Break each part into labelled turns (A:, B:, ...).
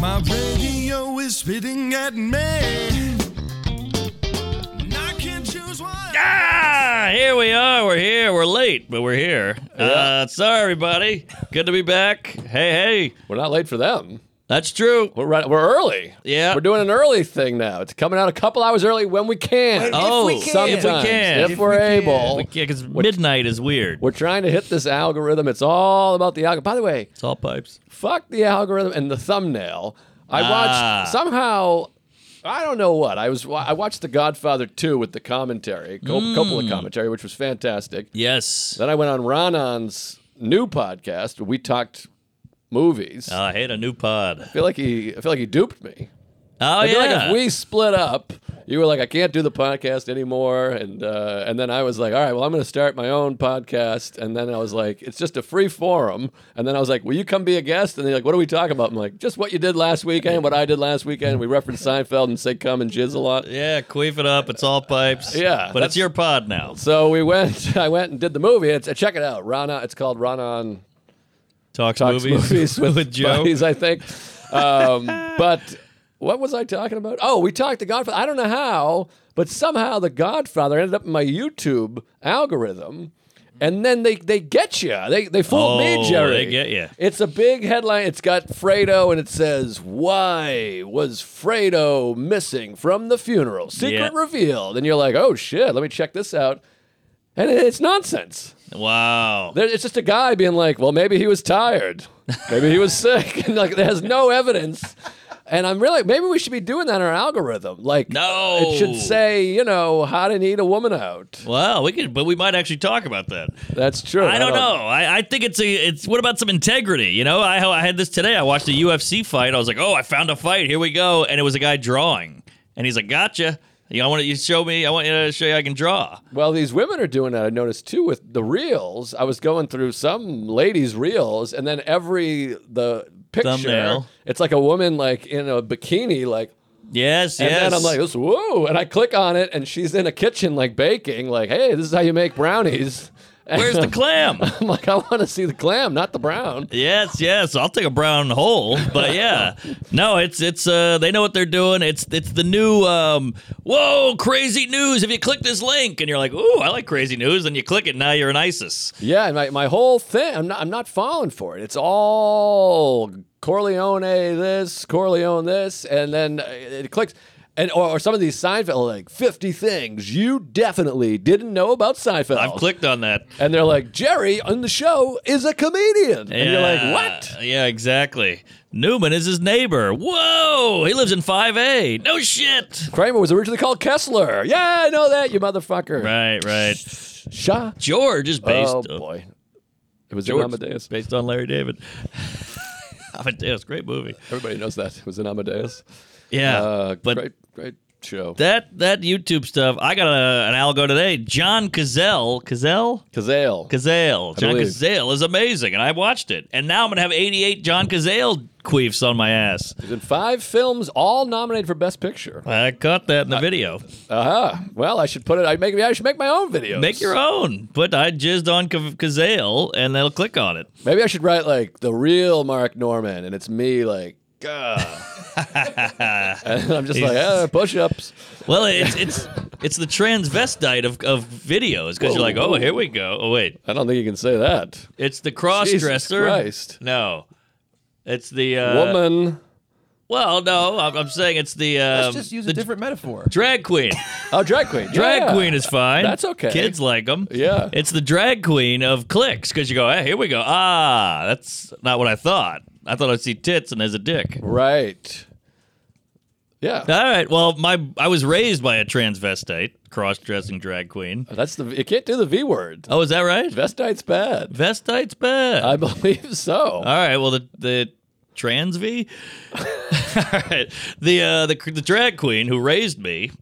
A: My radio is spitting at me. And I can choose one.
B: Ah, here we are. We're here. We're late, but we're here. Uh, sorry, everybody. Good to be back. Hey, hey.
C: We're not late for them.
B: That's true.
C: We're right, we're early.
B: Yeah.
C: We're doing an early thing now. It's coming out a couple hours early when we can.
B: Oh,
C: sometimes,
B: if we can.
C: if, we're able.
B: We can't, because midnight is weird.
C: We're trying to hit this algorithm. It's all about the algorithm. By the way,
B: It's all pipes.
C: fuck the algorithm and the thumbnail. I
B: Ah.
C: watched somehow. I don't know what I was. I watched The Godfather 2 with the commentary, co-
B: Mm.
C: Coppola commentary, which was fantastic.
B: Yes.
C: Then I went on Ranan's new podcast. Where we talked movies.
B: Oh, I hate a new pod.
C: I feel like he. I feel like he duped me.
B: Oh,
C: I feel like
B: yeah.
C: if we split up, you were like, I can't do the podcast anymore, and uh, and then I was like, all right, well, I'm going to start my own podcast, and then I was like, it's just a free forum, and then I was like, will you come be a guest? And they're like, what are we talking about? I'm like, just what you did last weekend, what I did last weekend. We reference Seinfeld and say come and jizz a lot.
B: yeah, queef it up. It's all pipes.
C: Yeah,
B: But
C: that's-
B: it's your pod now.
C: So we went. I went and did the movie. It's check it out. Rana. It's called Rana
B: Talks,
C: Talks movies, with,
B: Joe.
C: buddies, I think. Um, but what was I talking about? Oh, we talked The Godfather. I don't know how, but somehow The Godfather ended up in my YouTube algorithm. And then they, they get you. They they fooled me,
B: Oh,
C: Jerry.
B: they get ya.
C: It's a big headline. It's got Fredo, and it says, "Why was Fredo missing from the funeral? Secret
B: Yeah.
C: revealed." And you're like, "Oh shit, let me check this out." And it's nonsense.
B: Wow.
C: There, it's just a guy being like, well, maybe he was tired. Maybe he was sick. And like, there's no evidence. And I'm really, maybe we should be doing that in our algorithm. Like,
B: No.
C: it should say, you know, how to need a woman out.
B: Wow, we could, but we might actually talk about that.
C: That's true.
B: I don't know. I, I think it's a. It's what about some integrity? You know, I I had this today. I watched a UFC fight. I was like, oh, I found a fight. Here we go. And it was a guy drawing, and he's like, gotcha. You know, I want you to show me. I want you to show you I can draw.
C: Well, these women are doing that. I noticed too with the reels. I was going through some ladies' reels, and then every the picture,
B: Thumbnail.
C: it's like a woman like in a bikini, like
B: Yes,
C: And
B: yes.
C: then I'm like, this, whoa. And I click on it, and she's in a kitchen, like baking, like, hey, this is how you make brownies. And
B: where's the clam?
C: I'm like, I want to see the clam, not the brown.
B: yes, yes. I'll take a brown hole. But yeah, no, it's it's. Uh, they know what they're doing. It's it's the new. Um, whoa, crazy news! If you click this link, and you're like, ooh, I like crazy news, and you click it, now you're an ISIS.
C: Yeah, and my, my whole thing, I'm not, I'm not falling for it. It's all Corleone this, Corleone this, and then uh, it clicks. And, or, or some of these Seinfeld, like 50 things you definitely didn't know about Seinfeld.
B: I've clicked on that.
C: and they're like, Jerry on the show is a comedian. And you're like, what?
B: Yeah, exactly. Newman is his neighbor. Whoa, he lives in 5A. No shit.
C: Kramer was originally called Kessler. Yeah, I know that, you motherfucker.
B: Right, right.
C: Sha.
B: George is based
C: Oh boy, it was in
B: George
C: Amadeus.
B: based on Larry David. Amadeus, great movie.
C: Everybody knows that it was in Amadeus.
B: Yeah,
C: Uh,
B: but
C: great, great show.
B: that that YouTube stuff. I got a, an algo today. John Cazale, Cazale,
C: Kazale.
B: Cazale. John
C: believe.
B: Cazale is amazing, and I watched it. And now I'm gonna have 88 John Cazale queefs on my ass.
C: He's in five films, all nominated for Best Picture.
B: I caught that in the video.
C: Uh-huh. Well, I should put it. I make. I should make my own videos.
B: Make your own. Put I jizzed on Ca- Cazale, and they'll click on it.
C: Maybe I should write like the real Mark Norman, and it's me like. "Gah." and I'm just like uh, push-ups.
B: Well, it's it's it's the transvestite of, of videos because you're like,
C: Whoa,
B: oh,
C: whoa.
B: here we go. Oh wait,
C: I don't think you can say that.
B: it's the cross dresser.
C: Jesus Christ.
B: No, it's the uh,
C: Woman.
B: Well, no, I'm, I'm saying it's the um,
D: Let's just use a
B: the
D: different metaphor.
B: drag queen.
C: Oh, drag queen.
B: Drag
C: Yeah.
B: queen is fine.
C: That's okay.
B: Kids like them.
C: Yeah.
B: It's the drag queen of clicks because you go, hey, here we go. Ah, that's not what I thought. I thought I'd see tits and there's a dick.
C: Right. Yeah.
B: All right. Well, my I was raised by a transvestite, cross-dressing drag queen.
C: That's the you can't do the V word.
B: Oh, is that right?
C: Vestite's bad.
B: Vestite's bad.
C: I believe so.
B: All right. Well, the the trans V. All right. The uh, the the drag queen who raised me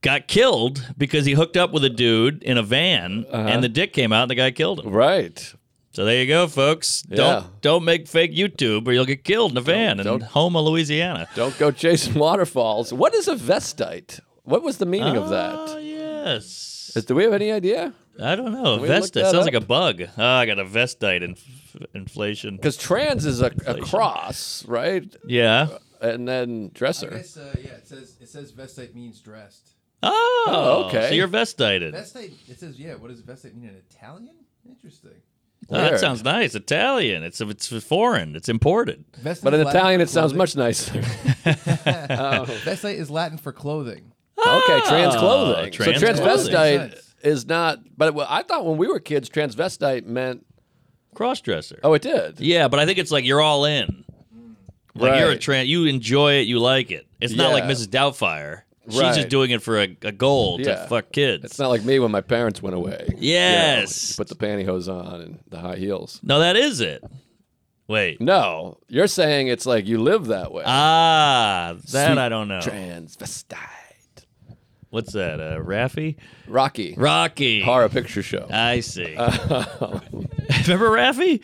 B: got killed because he hooked up with a dude in a van
C: Uh-huh.
B: and the dick came out and the guy killed him.
C: Right.
B: So there you go, folks.
C: Yeah.
B: Don't don't make fake YouTube or you'll get killed in a van in
C: don't.
B: Houma, Louisiana.
C: Don't go chasing waterfalls. What is a vestite? What was the meaning of
B: Oh
C: that?
B: yes.
C: Is, do we have any idea?
B: I don't know.
C: we look
B: Vestite
C: that
B: sounds
C: up?
B: like a bug. Oh, I got a vestite in inflation.
C: Because trans is a, a cross, right?
B: Yeah.
C: Oh, And then
D: I
C: dresser.
D: guess, uh, yeah, it says it says vestite means dressed.
B: Oh,
C: Oh, okay.
B: So you're vestited.
D: Vestite. It says yeah. What does vestite mean in Italian? Interesting.
B: Oh, that
C: Weird.
B: sounds nice. Italian. It's it's foreign. It's imported.
D: Vestite
C: But
D: is
C: in
D: Latin
C: Italian,
D: for
C: it sounds
D: clothing.
C: much nicer.
D: Vestite is Latin for clothing.
C: Okay, trans clothing.
B: Ah, trans
C: so transvestite
D: clothing.
C: is not. But it- I thought when we were kids, transvestite meant.
B: Crossdresser.
C: Oh, it did.
B: Yeah, but I think it's like you're all in. Like you're a
C: Right.
B: trans. You enjoy it. You like it. It's not like
C: Yeah.
B: Mrs. Doubtfire. She's
C: Right.
B: just doing it for a, a goal
C: Yeah.
B: to fuck kids.
C: It's not like me when my parents went away. You know,
B: Yes.
C: you put the pantyhose on and the high heels.
B: no, that is it. Wait.
C: No, you're saying it's like you live that way.
B: Ah, Uh, that
C: Sweet
B: I don't know.
C: Transvestite.
B: What's that? Uh, Raffy?
C: Rocky.
B: Rocky.
C: Horror Picture Show.
B: I see. Remember Raffy?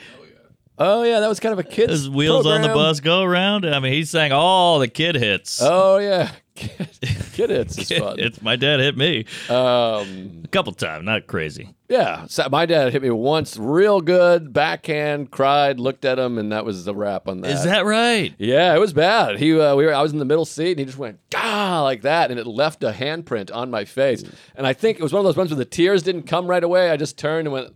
C: Oh yeah, that was kind of a kid's
B: His wheels on the
C: program.
B: bus go around. I mean, he sang all the kid hits.
C: Oh yeah, kid, kid hits is fun.
B: it's my dad hit me
C: Um,
B: a couple times. Not crazy.
C: yeah, so my dad hit me once, real good backhand. Cried, looked at him, and that was the wrap on that.
B: Is that right?
C: Yeah, it was bad. He, uh, we were, I was in the middle seat, and he just went ah like that, and it left a handprint on my face.
B: Mm.
C: And I think it was one of those ones where the tears didn't come right away. I just turned and went.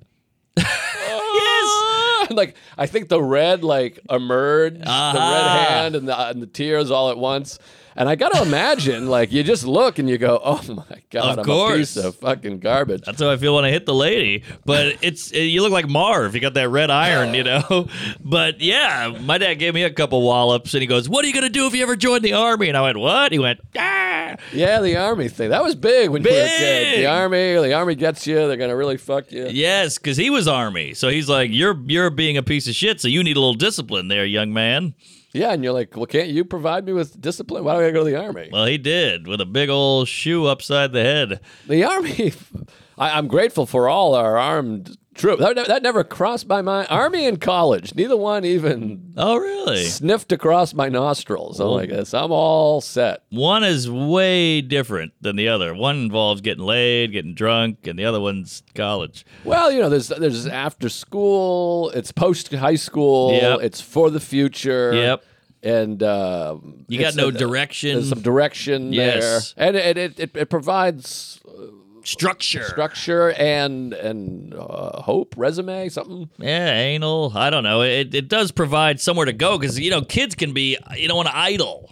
C: yes. like I think the red like emerged, the
B: Ah.
C: red hand and the, uh, and the tears all at once. And I got to imagine, like you just look and you go, "Oh my god, I'm
B: Of
C: a
B: course.
C: piece of fucking garbage."
B: That's how I feel when I hit the lady. But it's you look like Marv. You got that red iron, you know. But yeah, my dad gave me a couple wallops, and he goes, "What are you gonna do if you ever join the army?" And I went, "What?" He went, "Ah."
C: Yeah, the army thing that was big when you were a kid. The
B: Big.
C: army, the army gets you. They're gonna really fuck you.
B: Yes, because he was army, so he's like, "You're you're being a piece of shit, so you need a little discipline there, young man."
C: Yeah, and you're like, well, can't you provide me with discipline? Why do I gotta go to the army?
B: Well, he did with a big old shoe upside the head.
C: the army, I, I'm grateful for all our armed troops. That, that never crossed my mind. Army and college, neither one even
B: Oh, really?
C: sniffed across my nostrils. I'm like, this, I'm all set.
B: One is way different than the other. One involves getting laid, getting drunk, and the other one's college.
C: Well, you know, there's there's after school, it's post high school,
B: Yep.
C: it's for the future.
B: Yep.
C: And um,
B: You got
C: it's-
B: no
C: uh,
B: direction.
C: There's some direction
B: Yes.
C: there, and it it, it, it provides uh,
B: structure.
C: structure and and uh, hope, resume, something.
B: yeah, anal. I don't know. It, it does provide somewhere to go because, you know, kids can be, you don't want to idle.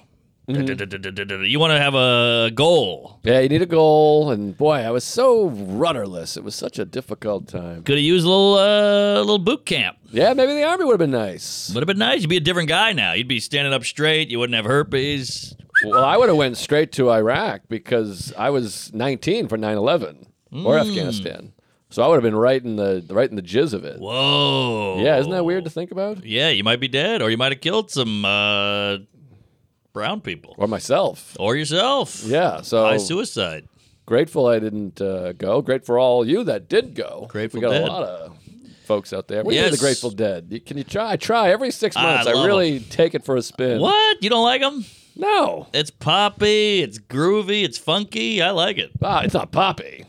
C: Mm-hmm.
B: You want to have a goal.
C: Yeah, you need a goal, and boy, I was so rudderless. It was such a difficult time.
B: Could have used a little, uh, little boot camp.
C: Yeah, maybe the army would have been nice.
B: Would have been nice. You'd be a different guy now. You'd be standing up straight. You wouldn't have herpes.
C: Well, I would have went straight to Iraq because I was 19 for 9/11 or
B: Hmm.
C: Afghanistan, so I would have been right in the right in the jizz of it.
B: Whoa.
C: Yeah, isn't that weird to think about?
B: Yeah, you might be dead, or you might have killed some uh, brown people
C: Or myself.
B: or yourself.
C: Yeah, so
B: by suicide.
C: grateful I didn't uh, go. Great for all you that did go.
B: Grateful
C: we got
B: Dead.
C: a lot of folks out there. We are the
B: Yes.
C: Grateful Dead. You- Can you try? I try every six
B: I
C: months. I,
B: love
C: really take it for a spin.
B: What? You don't like them?
C: No,
B: It's poppy. It's groovy. It's funky. I like it.
C: ah, it's not poppy.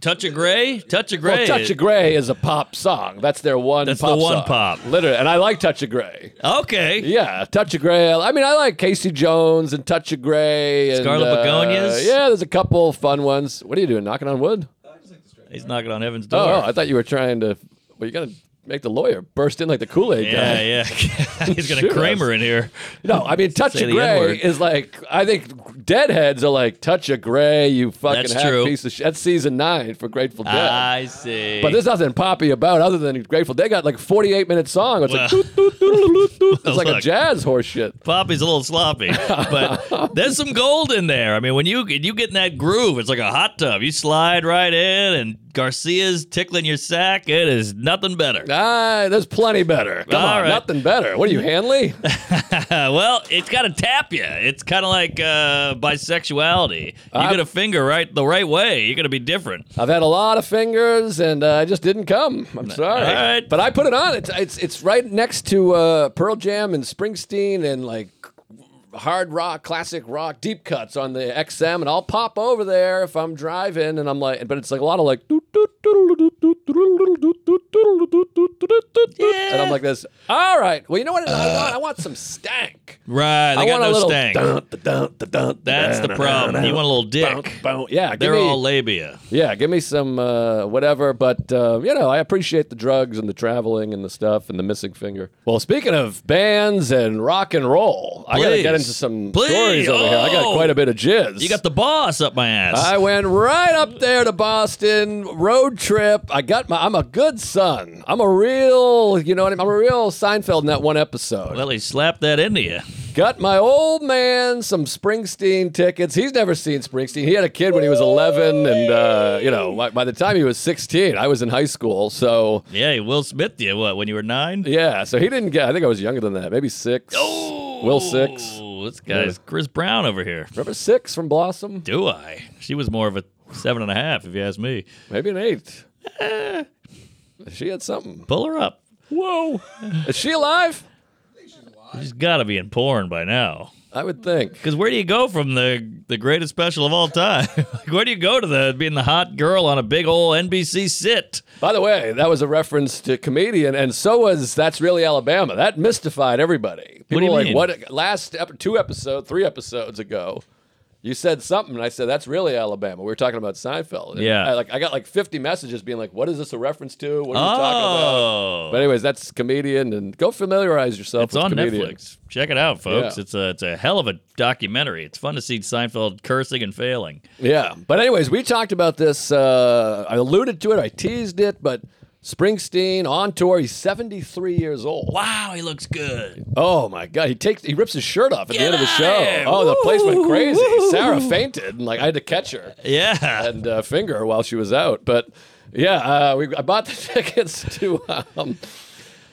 B: Touch of gray. Touch of
C: Well,
B: gray.
C: Touch of Grey is a pop song. That's their one.
B: That's
C: pop
B: the one
C: song.
B: pop.
C: Literally, and I like Touch of Grey.
B: Okay.
C: Yeah, Touch of Grey. I mean, I like Casey Jones and Touch of Grey. And,
B: Scarlet
C: uh,
B: Begonias?
C: Yeah, there's a couple fun ones. What are you doing? Knocking on wood?
B: He's knocking on heaven's door.
C: Oh, I thought you were trying to. Well, you gotta make the lawyer burst in like the Kool Aid guy.
B: yeah, yeah. He's gonna
C: Shoot us.
B: Kramer in here.
C: No, I mean touch
B: Say
C: of
B: the
C: gray
B: N-word.
C: is like I think deadheads are like touch of gray. You fucking
B: That's
C: half
B: true. Ah,
C: piece of shit. That's season nine for Grateful Dead.
B: I see.
C: but there's nothing poppy about other than Grateful. They got like a 48 minute song. It's like
B: Well.
C: doot, doot, doot, doot, doot. it's like a
B: Look.
C: jazz horse shit.
B: Poppy's a little sloppy, but there's some gold in there. I mean, when you you get in that groove, it's like a hot tub. You slide right in and Garcia's tickling your sack, it is nothing better.
C: Ah, there's plenty better. Come
B: All
C: on,
B: right.
C: nothing better. What are you, Hanley?
B: Uh, well, it's got to tap you. It's kind of like uh, bisexuality. You
C: I-
B: get a finger right the right way, you're gonna be different.
C: I've had a lot of fingers, and uh, I just didn't come. I'm sorry,
B: All right.
C: but I put it on. It's it's it's right next to uh, Pearl Jam and Springsteen and like hard rock, classic rock, deep cuts on the XM, and I'll pop over there if I'm driving, and I'm like, but it's like a lot of like, and I'm like this. All right, well, you know what? I want I want some stank.
B: Right? They
C: I
B: got
C: want a
B: no
C: little
B: stank.
C: dun, dun, dun, dun,
B: That's the
C: dun,
B: problem. You want a little
C: dun,
B: dick.
C: dun. Yeah, give
B: They're
C: me-
B: all labia.
C: yeah, give me some uh, whatever, but uh, you know, I appreciate the drugs and the traveling and the stuff and the missing finger. Well, speaking of bands and rock and roll, I gotta
B: Please.
C: get into some
B: Please.
C: stories over here. I got
B: Oh.
C: quite a bit of jizz.
B: You got the boss up my ass.
C: I went right up there to Boston, road trip. I got my. I'm a good son. I'm a real, you know what I mean? I'm a real Seinfeld in that one episode.
B: well, he slapped that into you.
C: Got my old man some Springsteen tickets. He's never seen Springsteen. He had a kid when he was 11, and uh, you know, by, by the time he was 16, I was in high school. So
B: Yeah, he Will Smith you what when you were nine?
C: yeah, so he didn't get. I think I was younger than that, maybe six.
B: Oh.
C: Will six.
B: Ooh, This guy's Chris Brown over here.
C: Remember six from Blossom?
B: Do I? She was more of a seven and a half, if you ask me.
C: Maybe an eight. she had something.
B: Pull her up.
C: Whoa, is she alive?
B: She's got to be in porn by now.
C: I would think.
B: Because where do you go from the the greatest special of all time? like, where do you go to the being the hot girl on a big old NBC sit?
C: By the way, that was a reference to comedian, and so was that's really Alabama. That mystified everybody. People
B: do you
C: were like,
B: mean?
C: What last ep- two episodes, three episodes ago, you said something, and I said that's really Alabama. We were talking about Seinfeld. And
B: Yeah.
C: I, like I got like fifty messages being like, "What is this a reference to? What are you talking about?"
B: Oh,
C: But anyways, that's comedian, and go familiarize yourself.
B: it's
C: with
B: on
C: comedian.
B: Netflix. Check it out, folks.
C: Yeah.
B: It's a it's a hell of a documentary. It's fun to see Seinfeld cursing and failing.
C: Yeah. But anyways, we talked about this. Uh, I alluded to it. I teased it, but. Springsteen on tour. He's 73 years old.
B: Wow, he looks good.
C: Oh my god, he takes he rips his shirt off at the
B: Get
C: end of the
B: outta
C: show.
B: here.
C: Oh, the place went crazy.
B: Woo.
C: Sarah fainted, and like I had to catch her
B: Yeah.
C: and uh, finger her while she was out. But yeah, uh, we I bought the tickets to. Um,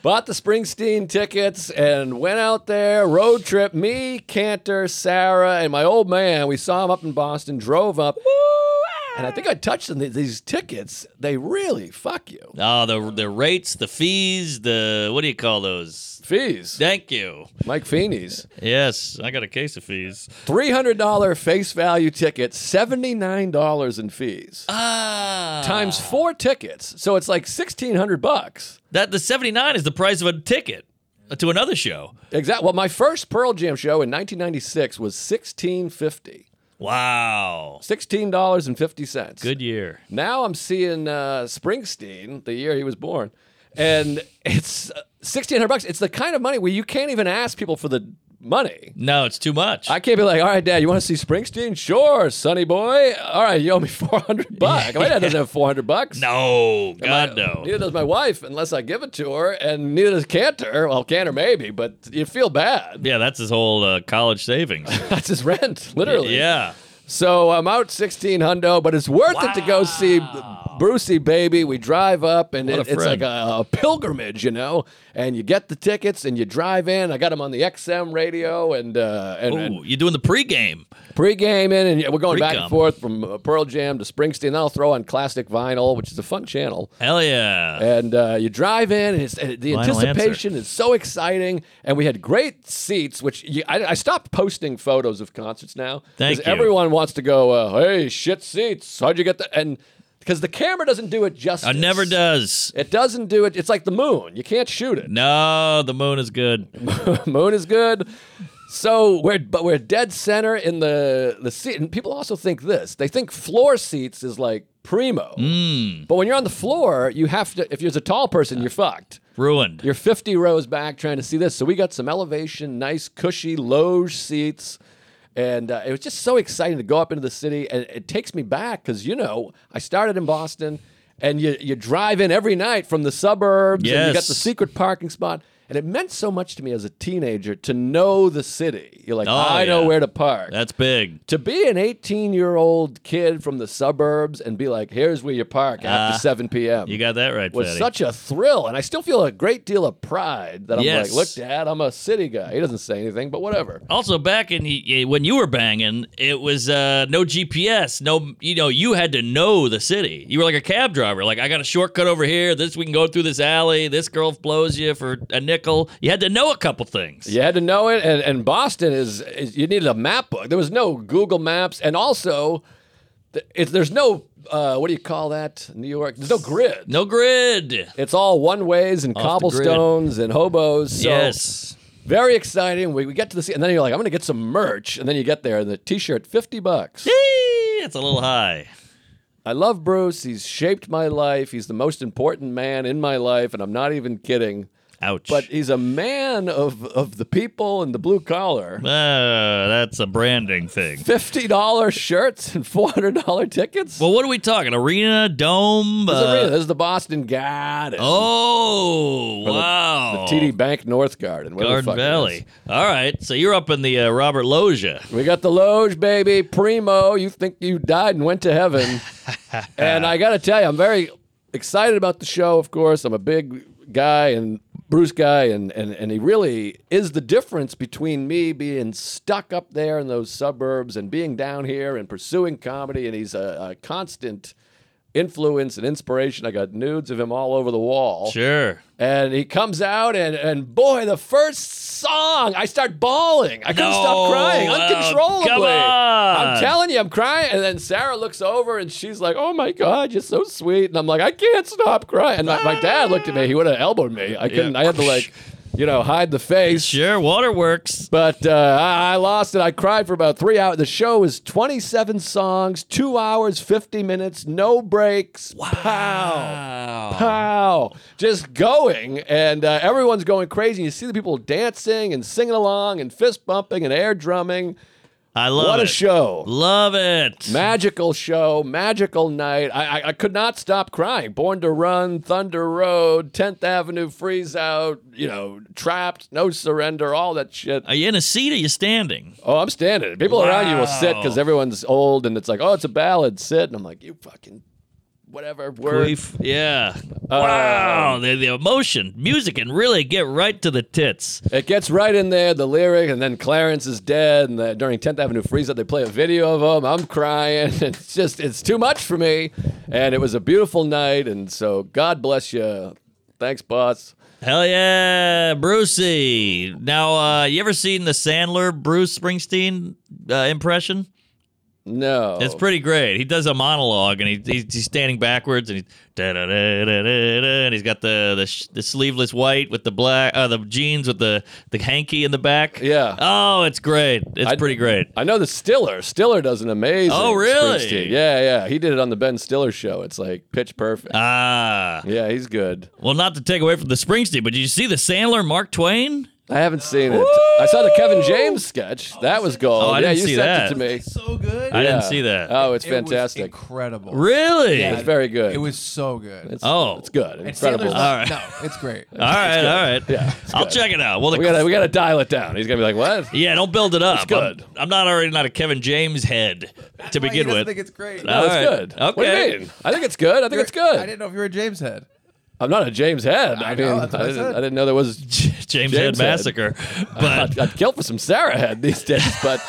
C: Bought the Springsteen tickets and went out there, road trip. Me, Cantor, Sarah, and my old man. We saw him up in Boston, drove up. And I think I touched them. Th- These tickets, they really fuck you.
B: Oh, the the rates, the fees, the what do you call those?
C: Fees.
B: Thank you.
C: Mike Feeney's.
B: Yes, I got a case of fees.
C: Three hundred dollar face value ticket, seventy nine dollars in fees,
B: Ah,
C: times four tickets, so it's like sixteen hundred bucks.
B: that the seventy nine is the price of a ticket to another show.
C: Exactly. Well, my first Pearl Jam show in nineteen ninety six was sixteen fifty.
B: Wow,
C: Sixteen dollars and fifty cents.
B: good year.
C: Now I'm seeing uh, Springsteen, the year he was born, and it's uh, sixteen hundred bucks. It's the kind of money where you can't even ask people for the money.
B: No, it's too much.
C: I can't be like, all right, Dad, you want to see Springsteen? Sure, sonny boy. All right, you owe me four hundred bucks. My dad doesn't have four hundred bucks.
B: no,
C: My-
B: God no.
C: Neither does my wife, unless I give it to her, and neither does Cantor. Well, Cantor maybe, but you feel bad.
B: Yeah, that's his whole uh, college savings.
C: That's his rent, literally.
B: yeah.
C: So I'm out sixteen hundo, but it's worth it to go see Brucey Baby. We drive up, and
B: What
C: it-
B: a
C: it's like
B: friend.
C: a, a pilgrimage, you know. And you get the tickets, and you drive in. I got them on the XM radio, and uh, and, and
B: Ooh, you're doing the pregame.
C: pre-game in, and we're going back
B: Pre-gum.
C: and forth from uh, Pearl Jam to Springsteen. Then I'll throw on classic vinyl, which is a fun channel.
B: Hell yeah.
C: And uh, you drive in, and it's, and the
B: Vinyl
C: anticipation is so exciting. And we had great seats, which you, I, I stopped posting photos of concerts now
B: Thank you.
C: everyone wants to go. Uh, hey, shit seats! How'd you get that? And because the camera doesn't do it justice.
B: I never does.
C: It doesn't do it. It's like the moon. You can't shoot it.
B: No, the moon is good.
C: Moon is good. So we're but we're dead center in the the seat, and people also think this. They think floor seats is like primo,
B: Hmm.
C: but when you're on the floor, you have to. If you're a tall person, you're fucked.
B: Ruined.
C: You're 50 rows back trying to see this. So we got some elevation, nice cushy loge seats. And uh, it was just so exciting to go up into the city. And it takes me back because, you know, I started in Boston and you, you drive in every night from the suburbs and you got
B: Yes.
C: the secret parking spot. And it meant so much to me as a teenager to know the city. You're like,
B: Oh,
C: I know
B: yeah.
C: where to park.
B: That's big.
C: to be an 18 year old kid from the suburbs and be like, here's where you park after
B: Ah,
C: 7 p.m.
B: You got that right,
C: was
B: Fatty.
C: such a thrill. And I still feel a great deal of pride that I'm
B: Yes.
C: like, look, Dad, I'm a city guy. He doesn't say anything, but whatever.
B: also, back in y- when you were banging, it was uh, no GPS, no you know you had to know the city. You were like a cab driver. Like I got a shortcut over here. This we can go through this alley. This girl blows you for a nickel. You had to know a couple things.
C: You had to know it, and, and Boston is, is you needed a map book. There was no Google Maps, and also th- it's there's no uh, what do you call that? New York, there's no grid.
B: No grid.
C: It's all one ways and
B: Off the grid.
C: cobblestones and hobos. So
B: yes.
C: very exciting. We, we get to the sea, and then you're like, I'm gonna get some merch, and then you get there, and the T-shirt, fifty bucks.
B: Eee, It's a little high.
C: I love Bruce. He's shaped my life. He's the most important man in my life, and I'm not even kidding.
B: Ouch.
C: But he's a man of of the people and the blue collar.
B: Ah, that's a branding thing.
C: fifty dollar shirts and four hundred dollar tickets.
B: Well, what are we talking? Arena, dome.
C: this, is
B: uh,
C: arena. This is the Boston Garden.
B: Oh, wow.
C: TD Bank North Garden. whatever the
B: Garden
C: fuck it
B: Valley. All right, so you're up in the uh, Robert Loggia.
C: is. We got the Loge, baby. Primo, you think you died and went to heaven. and I got to tell you, I'm very excited about the show, of course. I'm a big guy and Bruce guy, and, and, and he really is the difference between me being stuck up there in those suburbs and being down here and pursuing comedy. And he's a, a constant influence and inspiration. I got nudes of him all over the wall.
B: Sure.
C: And he comes out, and, and boy, the first song, I start bawling. I couldn't
B: No,
C: stop crying
B: well,
C: uncontrollably.
B: come on.
C: I'm telling you, I'm crying. And then Sarah looks over and she's like, Oh my God, you're so sweet. And I'm like, I can't stop crying. And my, my dad looked at me, he would have elbowed me. I couldn't, I had
B: Ah.
C: to like, you know, hide the face.
B: Sure, Waterworks.
C: But uh, I, I lost it. I cried for about three hours. The show is 27 songs, two hours, 50 minutes, no breaks. Pow.
B: Wow.
C: Pow. Just going. And uh, everyone's going crazy. You see the people dancing and singing along and fist bumping and air drumming.
B: I love
C: what
B: it.
C: a show.
B: Love it.
C: Magical show, magical night. I, I, I could not stop crying. Born to Run, Thunder Road, 10th Avenue Freeze Out, you know, Trapped, No Surrender, all that shit.
B: are you in a seat? Or are you standing?
C: Oh, I'm standing. People around you will sit
B: Wow.
C: because everyone's old and it's like, oh, it's a ballad, sit. And I'm like, you fucking whatever word.
B: Yeah.
C: Oh.
B: wow. The, the emotion, music can really get right to the tits.
C: It gets right in there, the lyric, and then Clarence is dead. And the, during 10th Avenue Freeze Up, they play a video of him. I'm crying. It's just, it's too much for me. And it was a beautiful night. And so, God bless you. Thanks, boss.
B: Hell yeah, Brucey. Now, uh, you ever seen the Sandler Bruce Springsteen uh, impression?
C: No.
B: It's pretty great. He does a monologue and he, he's, he's standing backwards and he's da-da-da-da-da-da, and he's got the the, sh- the sleeveless white with the black uh, the jeans with the the hanky in the back.
C: Yeah.
B: Oh, it's great. It's
C: I-
B: pretty great.
C: I know the Stiller. Stiller does an amazing.
B: Oh, really?
C: Springsteen. Yeah, yeah. He did it on the Ben Stiller show. It's like pitch perfect.
B: Ah,
C: yeah, he's good.
B: well, not to take away from the Springsteen, but did you see the Sandler Mark Twain?
C: I haven't seen it. I saw the Kevin James sketch. That was gold.
B: Oh, I
C: yeah,
B: didn't
C: you
B: see
C: sent
B: that.
C: it to me.
D: so good.
B: I didn't
C: Yeah.
B: see that.
C: Oh, it's
D: It was
C: fantastic.
D: incredible.
B: really?
D: Yeah.
C: It's very good.
D: It was so good. It's,
B: Oh,
C: It's good.
D: and
C: Incredible. Uh,
D: Sandler's
B: All right.
D: not- No, it's great.
B: all right, all right.
C: Yeah, it's
B: I'll
C: good.
B: check it out. Well, the
C: we gotta we gotta dial it down. He's gonna be like, what?
B: yeah, don't build it up.
C: good.
B: I'm, I'm not already not a Kevin James head to
D: Why, he
B: begin
D: doesn't
B: with.
D: think it's great.
C: No, Oh, it's
B: All right.
C: good. What do
B: Okay.
C: you mean? I think it's good. I think it's
D: I
C: good.
D: didn't know if you were a James head.
C: I'm not a James Head. I,
D: I
C: mean,
D: know,
C: I
D: that's what I
C: didn't,
D: said.
C: I didn't know there was.
B: James, Head
C: James Head.
B: massacre, but
C: I'd, I'd kill for some Sarah Head these days, but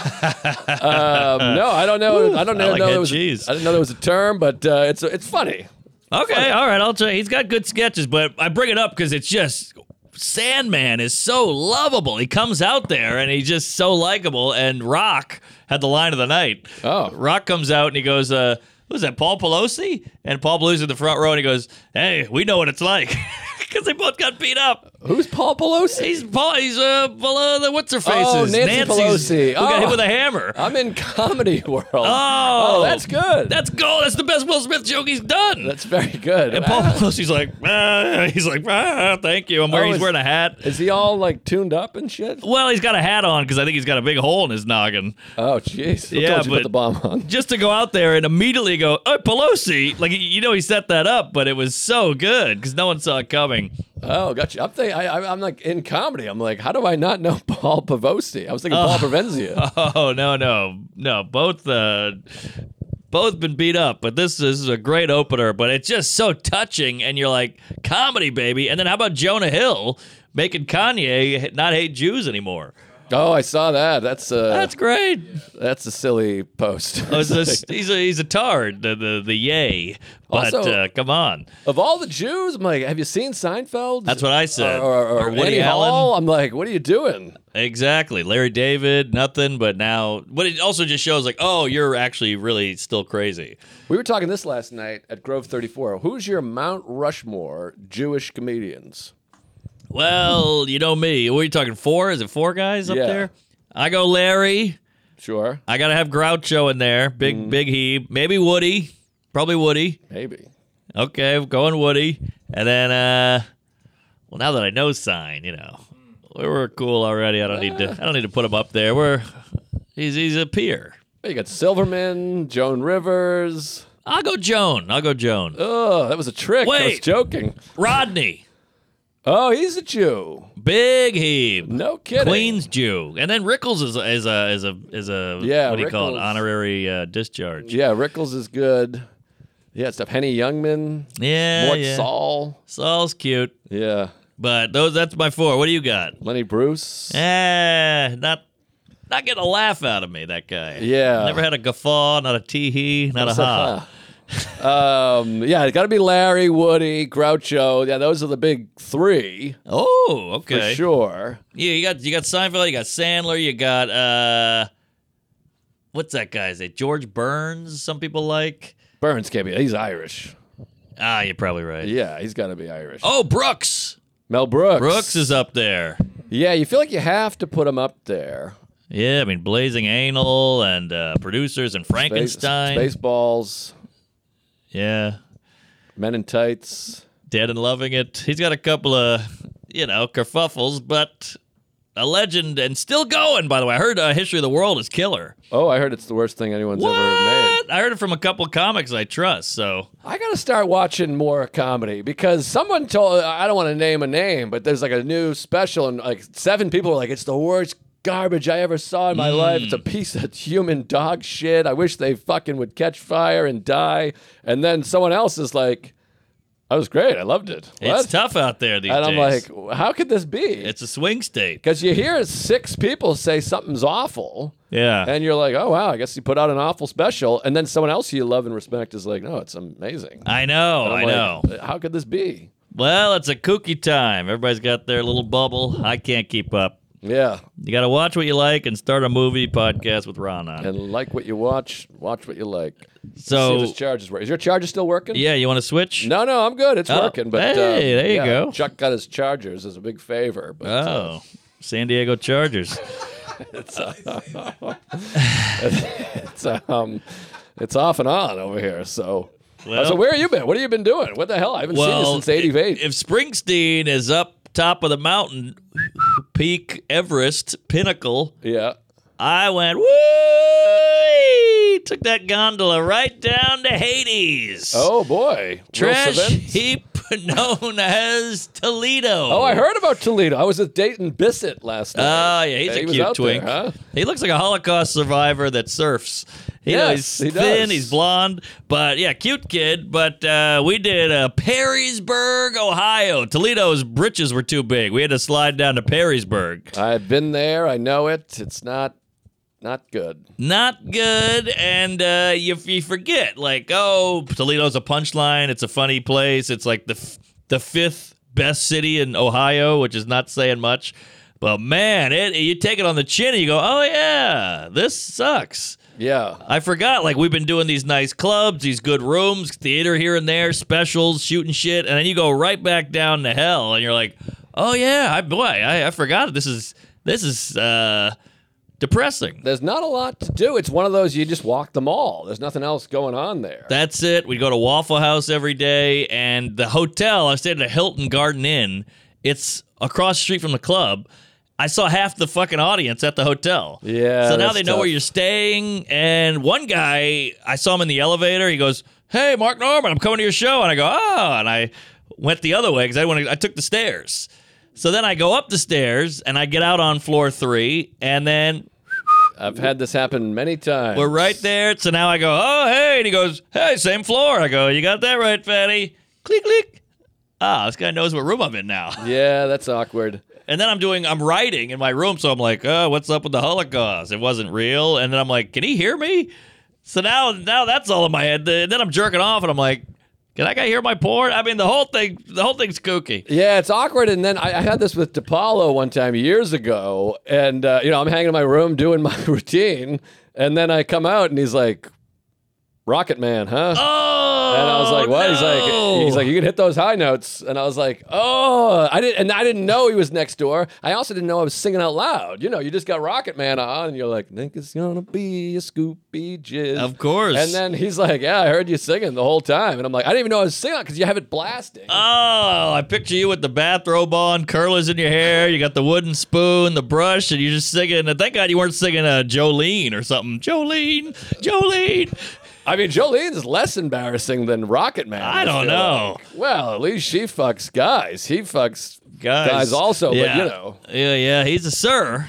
C: um, no, I don't know. I don't
B: I
C: know.
B: like
C: know
B: head
C: there was
B: cheese.
C: A, I didn't know there was a term, but uh, it's it's funny.
B: Okay, all right, I'll try. He's got good sketches, but I bring it up because it's just Sandman is so lovable. He comes out there and he's just so likable. And Rock had the line of the night.
C: Oh.
B: Rock comes out and he goes, uh, "Who's that? Paul Pelosi?" And Paul Pelosi's in the front row and he goes, "Hey, we know what it's like." Because they both got beat up.
C: Who's Paul Pelosi?
B: He's Paul. He's uh, below the what's her face?
C: Oh,
B: is?
C: Nancy
B: Nancy's-
C: Pelosi.
B: Who got hit
C: Oh.
B: with a hammer?
C: I'm in comedy world.
B: Oh,
C: that's good.
B: That's gold. That's the best Will Smith joke he's done.
C: That's very good.
B: And Paul Pelosi's like, ah, he's like, ah, thank you. I'm
C: Oh,
B: wearing, he's
C: is-
B: wearing a hat.
C: Is he all like tuned up and shit?
B: Well, he's got a hat on because I think he's got a big hole in his noggin.
C: Oh, jeez. Who
B: Yeah,
C: told you to
B: but-
C: put the bomb on.
B: Just to go out there and immediately go, oh, Pelosi. Like, you know, he set that up, but it was so good because no one saw it coming. doing.
C: Oh, gotcha. I'm thinking, I, I'm, I'm like in comedy. I'm like, how do I not know Paul Pavosi? I was thinking Paul Provenzia.
B: Oh no no no! Both uh, both been beat up, but this, this is a great opener. But it's just so touching, and you're like comedy, baby. And then how about Jonah Hill making Kanye not hate Jews anymore?
C: Oh, I saw that. That's uh,
B: That's
C: that's,
B: great.
C: a silly post.
B: Oh, it's this- he's a he's a tard. The the the yay. But
C: Also-
B: uh, come on,
C: of all the Jews, I'm like, have you seen Seinfeld?
B: that's what I said.
C: Or, or, or
B: Woody
C: Annie
B: Allen.
C: Hall? I'm like, what are you doing?
B: Exactly. Larry David, nothing, but now, but it also just shows like, oh, you're actually really still crazy.
C: We were talking this last night at Grove 34. Who's your Mount Rushmore Jewish comedians?
B: Well, you know me. What are you talking? Four? Is it four guys up
C: Yeah.
B: there? I go Larry.
C: Sure,
B: I gotta have Groucho in there. Big,
C: Mm.
B: big he. Maybe Woody. Probably Woody.
C: maybe.
B: Okay, I'm going Woody. And then, uh, well, now that I know Sign, you know,
C: Hmm.
B: we were cool already. I don't need to. I don't need to put him up there. We're he's he's a peer.
C: You got Silverman, Joan Rivers.
B: I'll go Joan. I'll go Joan.
C: Oh, that was a trick. I was
B: Wait.
C: joking.
B: Rodney.
C: Oh, he's a Jew.
B: Big Heeb.
C: No kidding.
B: Queens Jew, and then Rickles is a, is a is a is a
C: Yeah,
B: what do you call it
C: Rickles.
B: honorary uh, discharge.
C: Yeah, Rickles is good. Yeah, stuff. Henny Youngman,
B: Yeah,
C: Mort
B: yeah.
C: Saul.
B: Saul's cute,
C: Yeah,
B: but those that's my four. What do you got?
C: Lenny Bruce.
B: Eh, not not getting a laugh out of me. That guy.
C: Yeah.
B: never had a guffaw, not a tee hee, not a ha.
C: um, yeah, it got to be Larry, Woody, Groucho. Yeah, those are the big three
B: Oh,
C: for
B: okay.
C: sure.
B: Yeah, you got you got Seinfeld, you got Sandler, you got uh, what's that guy's name? George Burns. Some people like.
C: Burns can't be. He's Irish.
B: Ah, you're probably right.
C: Yeah, he's got to be Irish.
B: Oh, Brooks.
C: Mel Brooks.
B: Brooks is up there.
C: Yeah, you feel like you have to put him up there.
B: Yeah, I mean, Blazing Anal and uh, producers and Frankenstein.
C: Space, Spaceballs,
B: Yeah,
C: Men in Tights.
B: Dead and Loving It. He's got a couple of, you know, kerfuffles, but a legend and still going. By the way, I heard uh, History of the World is killer.
C: Oh, I heard it's the worst thing anyone's
B: What?
C: ever made.
B: I heard it from a couple of comics I trust. So
C: I gotta start watching more comedy because someone told I don't want to name a name, but there's like a new special and like seven people were like, "It's the worst garbage I ever saw in my life.
B: Mm.
C: It's a piece of human dog shit. I wish they fucking would catch fire and die." And then someone else is like, "I was great. I loved it." What?
B: it's tough out there these
C: and
B: days.
C: I'm like, "How could this be?"
B: it's a swing state.
C: Because you hear six people say something's awful.
B: Yeah.
C: And you're like, oh wow, I guess you put out an awful special, and then someone else you love and respect is like, no, it's amazing.
B: I know, I
C: I'm like, "Uh,
B: know.
C: How could this be?
B: Well, it's a kooky time. Everybody's got their little bubble. I can't keep up.
C: Yeah.
B: You got to watch what you like and start a movie podcast with Ron on. it.
C: And like what you watch, watch what you like. See if
B: So
C: his charges work. Is your charger still working?
B: yeah, you want to switch?
C: No, no, I'm good. It's
B: Oh,
C: working. But
B: hey,
C: uh,
B: there you
C: yeah,
B: go.
C: Chuck got his chargers as a big favor. But uh,
B: Oh, San Diego Chargers.
C: uh, it's um, it's off and on over here. So,
B: Well-
C: so where have you been? What have you been doing? What the hell? I haven't seen you since '88.
B: if Springsteen is up top of the mountain, peak Everest pinnacle,
C: yeah.
B: I went woo! Took that gondola right down to Hades.
C: Oh boy. Will
B: trash
C: Savin?
B: heap known as Toledo.
C: Oh, I heard about Toledo. I was with Dayton Bissett last night.
B: Oh, yeah, he's
C: He
B: a
C: was
B: cute
C: out there,
B: twink.
C: huh?
B: He looks like a Holocaust survivor that surfs. You know,
C: Yes, he
B: he's thin,
C: does.
B: he's blonde, but yeah, cute kid. But uh, we did uh, Perrysburg, Ohio. Toledo's britches were too big. We had to slide down to Perrysburg.
C: I've been there. I know it. It's not not good.
B: Not good, and uh, you, you forget, like, oh, Toledo's a punchline. It's a funny place. It's like the f- the fifth best city in Ohio, which is not saying much. But man, it you take it on the chin and you go, oh yeah, this sucks.
C: Yeah.
B: I forgot. Like we've been doing these nice clubs, these good rooms, theater here and there, specials, shooting shit, and then you go right back down to hell, and you're like, oh yeah, I, boy, I, I forgot. This is this is uh, depressing.
C: There's not a lot to do. It's one of those you just walk the mall. There's nothing else going on there.
B: That's it. We go to Waffle House every day, and the hotel. I stayed at a Hilton Garden Inn. It's across the street from the club. I saw half the fucking audience at the hotel.
C: Yeah,
B: So now
C: that's
B: they know where
C: tough.
B: you're staying. And one guy, I saw him in the elevator. He goes, "Hey, Mark Norman, I'm coming to your show." And I go, "Oh," and I went the other way because I want to. I took the stairs. So then I go up the stairs and I get out on floor three, and then
C: I've had this happen many times.
B: we're right there. So now I go, oh hey, and he goes, hey, same floor. I go, you got that right, fatty. Click click. Ah, this guy knows what room I'm in now.
C: Yeah, that's awkward.
B: And then I'm doing, I'm writing in my room. So I'm like, oh, what's up with the Holocaust? It wasn't real. And then I'm like, can he hear me? So now, now that's all in my head. And then I'm jerking off and I'm like, can that guy hear my porn? I mean, the whole thing, the whole thing's kooky.
C: Yeah, it's awkward. And then I, I had this with DePaulo one time years ago, and uh, you know I'm hanging in my room doing my routine, and then I come out and he's like, "Rocket Man, huh?"
B: Oh,
C: And I was like, "What?" He's
B: no.
C: like, "He's like, you can hit those high notes." And I was like, "Oh, I didn't." And I didn't know he was next door. I also didn't know I was singing out loud. You know, you just got Rocket Man on, and you're like, "Think it's gonna be a Scoopy jizz."
B: Oh, Of course.
C: And then he's like, "Yeah, I heard you singing the whole time," and I'm like, "I didn't even know I was singing because you have it blasting."
B: Oh, I picture you with the bathrobe on, curlers in your hair. You got the wooden spoon, the brush, and you're just singing. Thank God you weren't singing uh, Jolene or something. Jolene, Jolene.
C: I mean, Jolene's less embarrassing than Rocket Man.
B: I don't
C: feel
B: know.
C: like. Well, at least she fucks guys. He fucks
B: Guys,
C: also,
B: yeah.
C: but you know,
B: Yeah, yeah, he's a sir.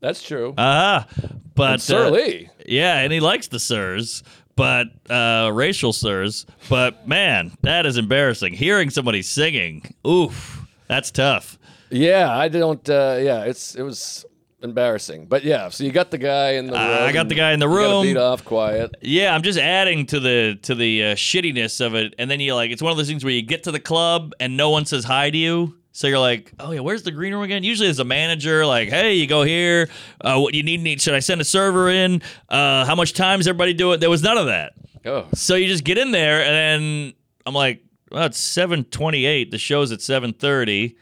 C: that's true.
B: Uh huh. But
C: Sir
B: uh,
C: Lee.
B: yeah, and he likes the sirs, but uh, racial sirs. But man, that is embarrassing. Hearing somebody singing, oof, that's tough.
C: Yeah, I don't. Uh, yeah, it's it was embarrassing, but yeah. So you got the guy in the.
B: I
C: room.
B: got the guy in the
C: You gotta
B: room.
C: Beat off quiet.
B: Yeah, I'm just adding to the to the uh, shittiness of it, and then you like it's one of those things where you get to the club and no one says hi to you, so you're like, oh yeah, where's the green room again? Usually there's a manager like, hey, you go here. Uh, what you need, need? Should I send a server in? Uh, how much time's everybody do it? There was none of that.
C: Oh,
B: So you just get in there, and then I'm like, well, it's 7:28. The show's at 7:30.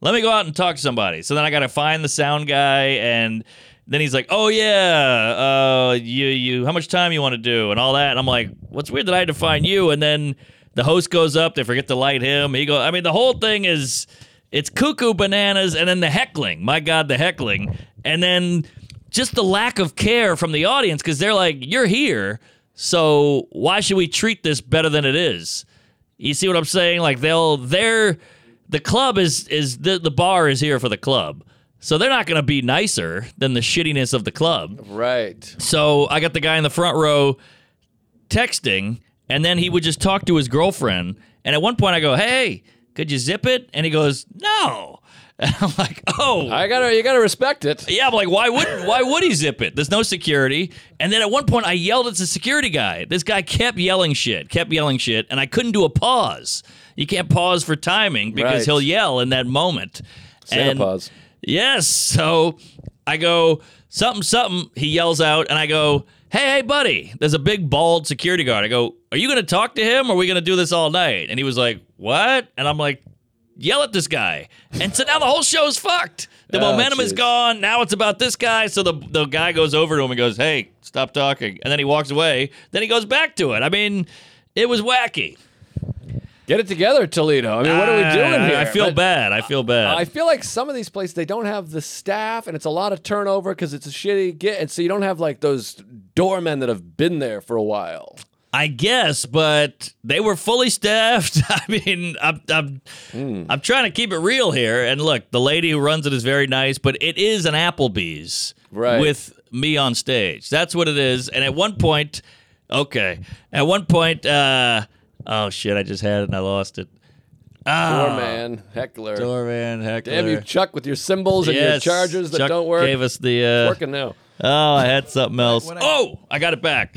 B: Let me go out and talk to somebody. So then I got to find the sound guy, and then he's like, "Oh yeah, uh, you you, how much time you want to do, and all that." And I'm like, "What's weird that I had to find you?" And then the host goes up. They forget to light him. He goes. I mean, the whole thing is it's cuckoo bananas, and then the heckling. My God, the heckling, and then just the lack of care from the audience because they're like, "You're here." So why should we treat this better than it is? You see what I'm saying? Like they'll they're the club is is the, the bar is here for the club. So they're not going to be nicer than the shittiness of the club.
C: right.
B: So I got the guy in the front row texting, and then he would just talk to his girlfriend. And at one point, I go, "Hey, could you zip it?" And he goes, "No." And I'm like, "Oh,
C: I gotta. You gotta respect it.
B: yeah, I'm like, why wouldn't why would he zip it? There's no security. And then at one point I yelled at the security guy. This guy kept yelling shit, kept yelling shit, and I couldn't do a pause. You can't pause for timing because
C: Right.
B: he'll yell in that moment.
C: Santa
B: And-
C: Paws.
B: Yes. So I go, something, something. He yells out, and I go, hey, hey, buddy, there's a big bald security guard. I go, are you going to talk to him or are we going to do this all night? And he was like, what? And I'm like, yell at this guy. And so now the whole show's fucked. The
C: Oh,
B: momentum is
C: jeez.
B: gone. Now it's about this guy. So the, the guy goes over to him and goes, hey, stop talking. And then he walks away. Then he goes back to it. I mean, it was wacky.
C: Get it together, Toledo. I mean, what are we doing
B: I-
C: here?
B: Ah, I feel
C: But-
B: bad. I feel bad.
C: I feel like some of these places they don't have the staff, and it's a lot of turnover because it's a shitty get, and so you don't have like those doormen that have been there for a while.
B: I guess, but they were fully staffed. I mean, I'm I'm,
C: Hmm.
B: I'm trying to keep it real here. And look, the lady who runs it is very nice, but it is an Applebee's
C: Right.
B: with me on stage. That's what it is. And at one point, okay, at one point, uh, oh shit, I just had it and I lost it.
C: Doorman, heckler,
B: Ah. Doorman, heckler.
C: damn you, Chuck, with your symbols and your
B: Yes,
C: chargers that
B: Chuck
C: don't work.
B: Gave us the uh,
C: Working now.
B: Oh, I had something else.
D: when I-
B: oh, I got it back.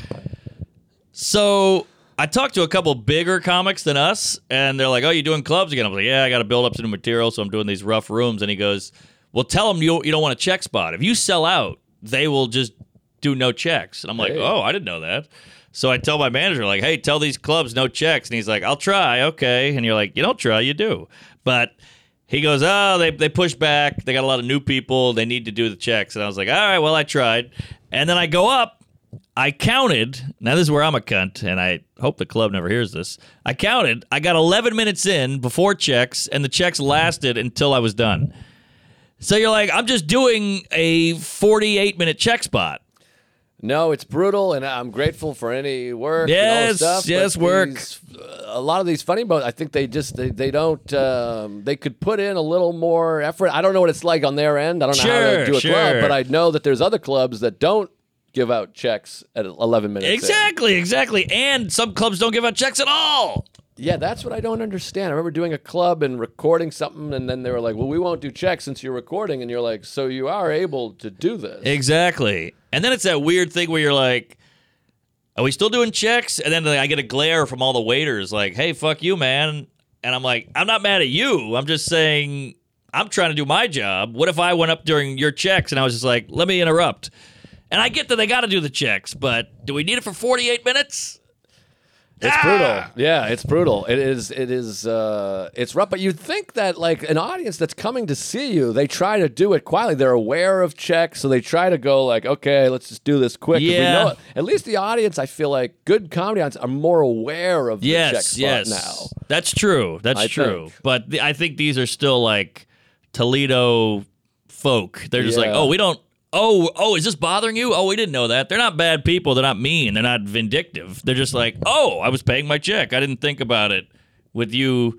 B: So I talked to a couple bigger comics than us, and they're like, "Oh, you doing clubs again?" I was like, "Yeah, I got to build up some new material, so I'm doing these rough rooms." And he goes, "Well, tell them you you don't want a check spot. If you sell out, they will just do no checks." And I'm like,
C: Hey.
B: "Oh, I didn't know that." So I tell my manager, like, "Hey, tell these clubs no checks," and he's like, "I'll try, okay." And you're like, "You don't try, you do," but he goes, oh, they, they push back. They got a lot of new people. They need to do the checks. And I was like, all right, well, I tried. And then I go up. I counted. Now, this is where I'm a cunt, and I hope the club never hears this. I counted. I got 11 minutes in before checks, and the checks lasted until I was done. So you're like, I'm just doing a 48 minute check spot.
C: No, it's brutal, and I'm grateful for any work. and all
B: Yes,
C: this stuff, but
B: yes, work.
C: these- uh, a lot of these funny bones, I think they just they, they don't um, they could put in a little more effort. I don't know what it's like on their end. I don't know how
B: Sure,
C: to do a club,
B: sure.
C: but I know that there's other clubs that don't give out checks at 11 minutes. in.
B: Exactly, exactly. And some clubs don't give out checks at all.
C: Yeah, that's what I don't understand. I remember doing a club and recording something, and then they were like, "Well, we won't do checks since you're recording," and you're like, "So you are able to do this."
B: Exactly. And then it's that weird thing where you're like, are we still doing checks? And then like, I get a glare from all the waiters like, hey, fuck you, man. And I'm like, I'm not mad at you. I'm just saying, I'm trying to do my job. What if I went up during your checks and I was just like, let me interrupt? And I get that they got to do the checks, but do we need it for 48 minutes?
C: It's
B: Ah!
C: brutal. Yeah, it's brutal. It is. It is. Uh, it's rough. But you'd think that like an audience that's coming to see you, they try to do it quietly. They're aware of checks, so they try to go like, okay, let's just do this quick. 'cause we
B: Yeah.
C: know it. At least the audience, I feel like, good comedy audiences are more aware of the check
B: Yes,
C: spot
B: yes.
C: now.
B: That's true. That's
C: I
B: true.
C: think.
B: But the, I think these are still like Toledo folk. They're just like,
C: Yeah.
B: oh, we don't. Oh, oh, is this bothering you? Oh, we didn't know that. They're not bad people. They're not mean. They're not vindictive. They're just like, oh, I was paying my check. I didn't think about it with you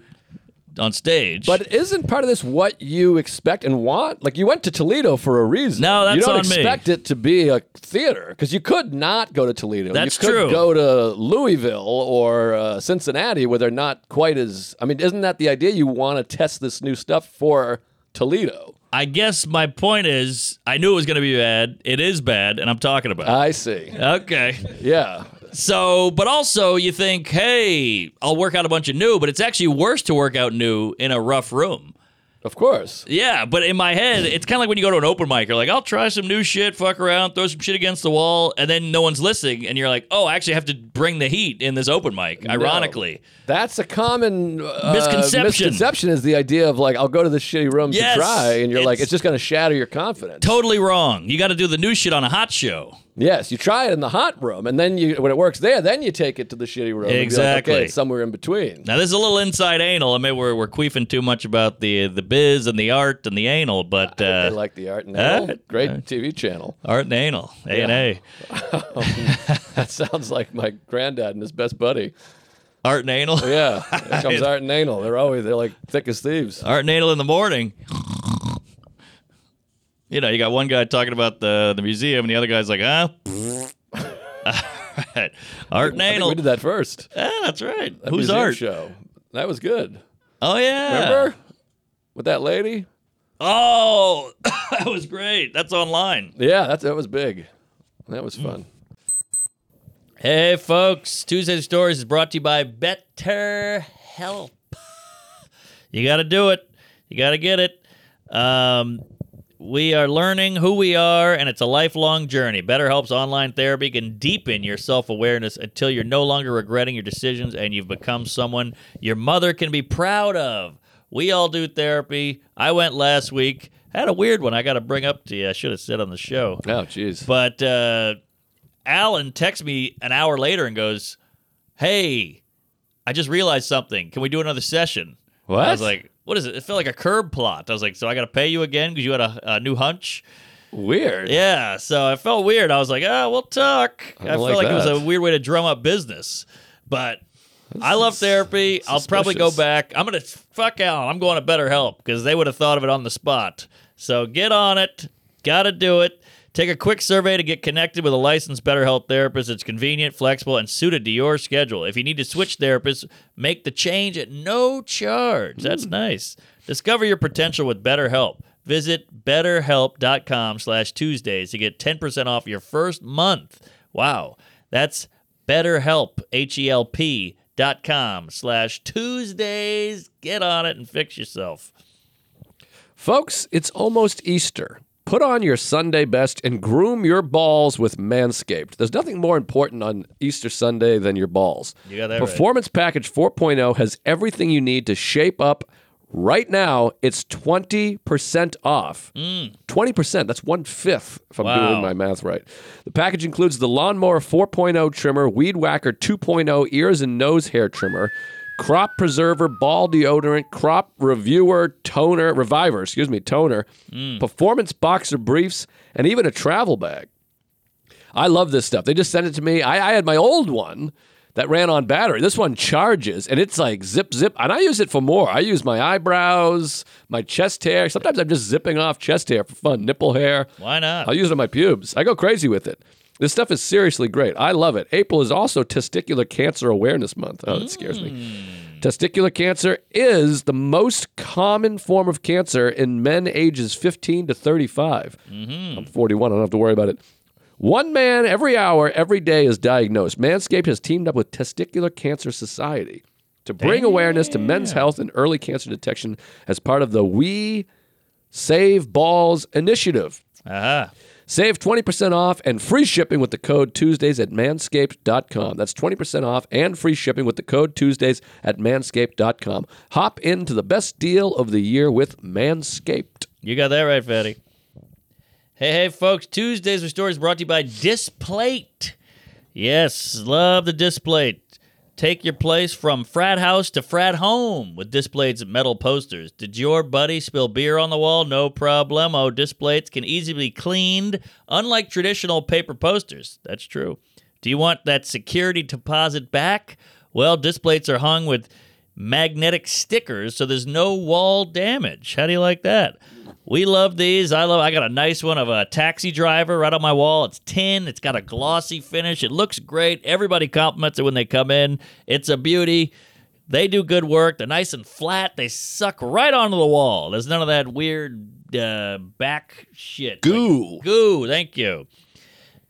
B: on stage.
C: But isn't part of this what you expect and want? Like you went to Toledo for a reason.
B: No, that's
C: you don't
B: on me.
C: expect it to be a theater because you could not go to Toledo.
B: That's
C: you could
B: true.
C: Go to Louisville or uh, Cincinnati where they're not quite as. I mean, isn't that the idea? You want to test this new stuff for Toledo.
B: I guess my point is, I knew it was going to be bad. It is bad, and I'm talking about.
C: I see.
B: it. okay.
C: Yeah.
B: So, but also you think, hey, I'll work out a bunch of new, but it's actually worse to work out new in a rough room.
C: Of course.
B: Yeah, but in my head, it's kind of like when you go to an open mic, you're like, I'll try some new shit, fuck around, throw some shit against the wall, and then no one's listening, and you're like, oh, I actually have to bring the heat in this open mic, ironically.
C: That's a common uh,
B: Misconception.
C: Misconception is the idea of like I'll go to the shitty room
B: Yes.
C: to try, and you're like
B: It's-
C: it's just going to shatter your confidence.
B: Totally wrong. You got to do the new shit on a hot show.
C: Yes, you try it in the hot room, and then you when it works there, then you take it to the shitty room. and be like,
B: Exactly.
C: okay, it's somewhere in between.
B: Now, this is a little inside anal. I mean, we're, we're queefing too much about the the biz and the art and the anal, but
C: I
B: uh,
C: like the art and Anal.
B: uh,
C: Great TV channel.
B: art and anal, A and A.
C: That sounds like my granddad and his best buddy.
B: Art and anal.
C: Yeah, here comes Art and Anal. They're always they're like thick as thieves.
B: Art Nadel in the morning. You know, you got one guy talking about the the museum, and the other guy's like, huh? Alright. Art
C: I think we
B: Nadel.
C: did that first.
B: Ah, that's right.
C: That
B: Who's
C: museum
B: Art?
C: Show that was good.
B: Oh, yeah.
C: Remember with that lady?
B: Oh, that was great. That's online.
C: Yeah, that that was big. That was fun.
B: Hey, folks. Tuesday Stories is brought to you by Better Help. You got to do it, you got to get it. Um, We are learning who we are, and it's a lifelong journey. BetterHelp's online therapy can deepen your self awareness until you're no longer regretting your decisions and you've become someone your mother can be proud of. We all do therapy. I went last week. I had a weird one I got to bring up to you. I should have said on the show.
C: Oh, jeez.
B: But uh, Alan texts me an hour later and goes, Hey, I just realized something. Can we do another session?
C: What?
B: I was like, What is it? It felt like a curb plot. I was like, So I got to pay you again because you had a, a new hunch?
C: Weird.
B: Yeah. So it felt weird. I was like, Oh, we'll talk. I,
C: don't
B: felt
C: like
B: like, it was
C: that.
B: a weird way to drum up business. But. I love therapy. I'll probably go
C: suspicious.
B: back. I'm gonna fuck Alan. I'm going to BetterHelp because they would have thought of it on the spot. So get on it. Got to do it. Take a quick survey to get connected with a licensed BetterHelp therapist. It's convenient, flexible, and suited to your schedule. If you need to switch therapists, make the change at no charge. That's nice. Discover your potential with BetterHelp. Visit betterhelp.com slash Tuesdays to get 10% off your first month. Wow. That's BetterHelp, H-E-L-P dot com slash Tuesdays. Get on it and fix yourself.
C: Folks, it's almost Easter. Put on your Sunday best and groom your balls with Manscaped. There's nothing more important on Easter Sunday than your balls.
B: You got that right.
C: Performance Package 4.0 has everything you need to shape up. Right now, it's 20% off. 20%, that's one fifth, if I'm
B: Mm. Wow.
C: doing my math right. The package includes the Lawnmower 4.0 trimmer, Weed Whacker 2.0 ears and nose hair trimmer, Crop Preserver, Ball Deodorant, Crop Reviewer, Toner, Reviver,
B: Mm.
C: excuse me, Toner, Performance Boxer Briefs, and even a travel bag. I love this stuff. They just sent it to me. I, I had my old one that ran on battery. This one charges and it's like zip, zip. And I use it for more. I use my eyebrows, my chest hair. Sometimes I'm just zipping off chest hair for fun, nipple hair.
B: Why not?
C: I'll use it on my pubes. I go crazy with it. This stuff is seriously great. I love it. April is also Testicular Cancer Awareness Month. Oh, that scares me. Testicular cancer is the most common form of cancer in men ages 15 to 35. I'm 41. I don't have to worry about it. One man every hour, every day is diagnosed. Manscaped has teamed up with Testicular Cancer Society to bring awareness to men's health and early cancer detection as part of the We Save Balls initiative.
B: Ah,
C: Save 20% off and free shipping with the code Tuesdays at manscaped.com. That's 20% off and free shipping with the code Tuesdays at manscaped.com. Hop into the best deal of the year with Manscaped.
B: you got that right, Fatty. Hey, hey, folks. Tuesdays with Stories brought to you by Displate. Yes, love the Displate. Take your place from frat house to frat home with Displate's metal posters. Did your buddy spill beer on the wall? No problemo. Displates can easily be cleaned, unlike traditional paper posters. That's true. Do you want that security deposit back? Well, Displates are hung with magnetic stickers, so there's no wall damage. How do you like that? We love these. I love. I got a nice one of a taxi driver right on my wall. It's tin. It's got a glossy finish. It looks great. Everybody compliments it when they come in. It's a beauty. They do good work. They're nice and flat. They suck right onto the wall. There's none of that weird uh, back shit.
C: Goo.
B: Like goo. Thank you.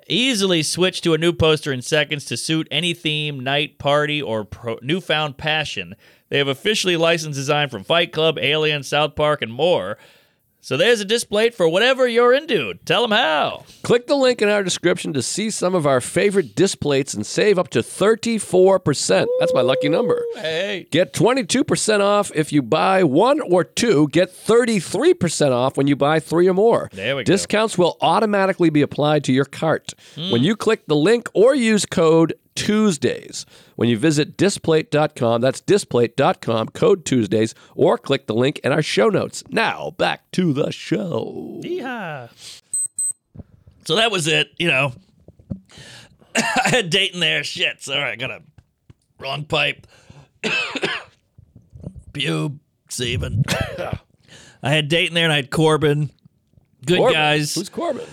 B: Easily switch to a new poster in seconds to suit any theme, night, party, or pro- newfound passion. They have officially licensed design from Fight Club, Alien, South Park, and more. So there's a display for whatever you're into. Tell them how.
C: Click the link in our description to see some of our favorite disc plates and save up to 34%. That's my lucky number.
B: Hey.
C: Get 22% off if you buy one or two. Get 33% off when you buy three or more.
B: There we go.
C: Discounts will automatically be applied to your cart
B: Hmm.
C: when you click the link or use code Tuesdays. When you visit displate.com, that's displate.com, code Tuesdays, or click the link in our show notes. Now, back to the show.
B: Yeehaw. So that was it, you know. I had Dayton there. Shit. Sorry, I got a wrong pipe. Pube, Steven. I had Dayton there and I had Corbin. Good
C: Corbin.
B: guys.
C: Who's Corbin?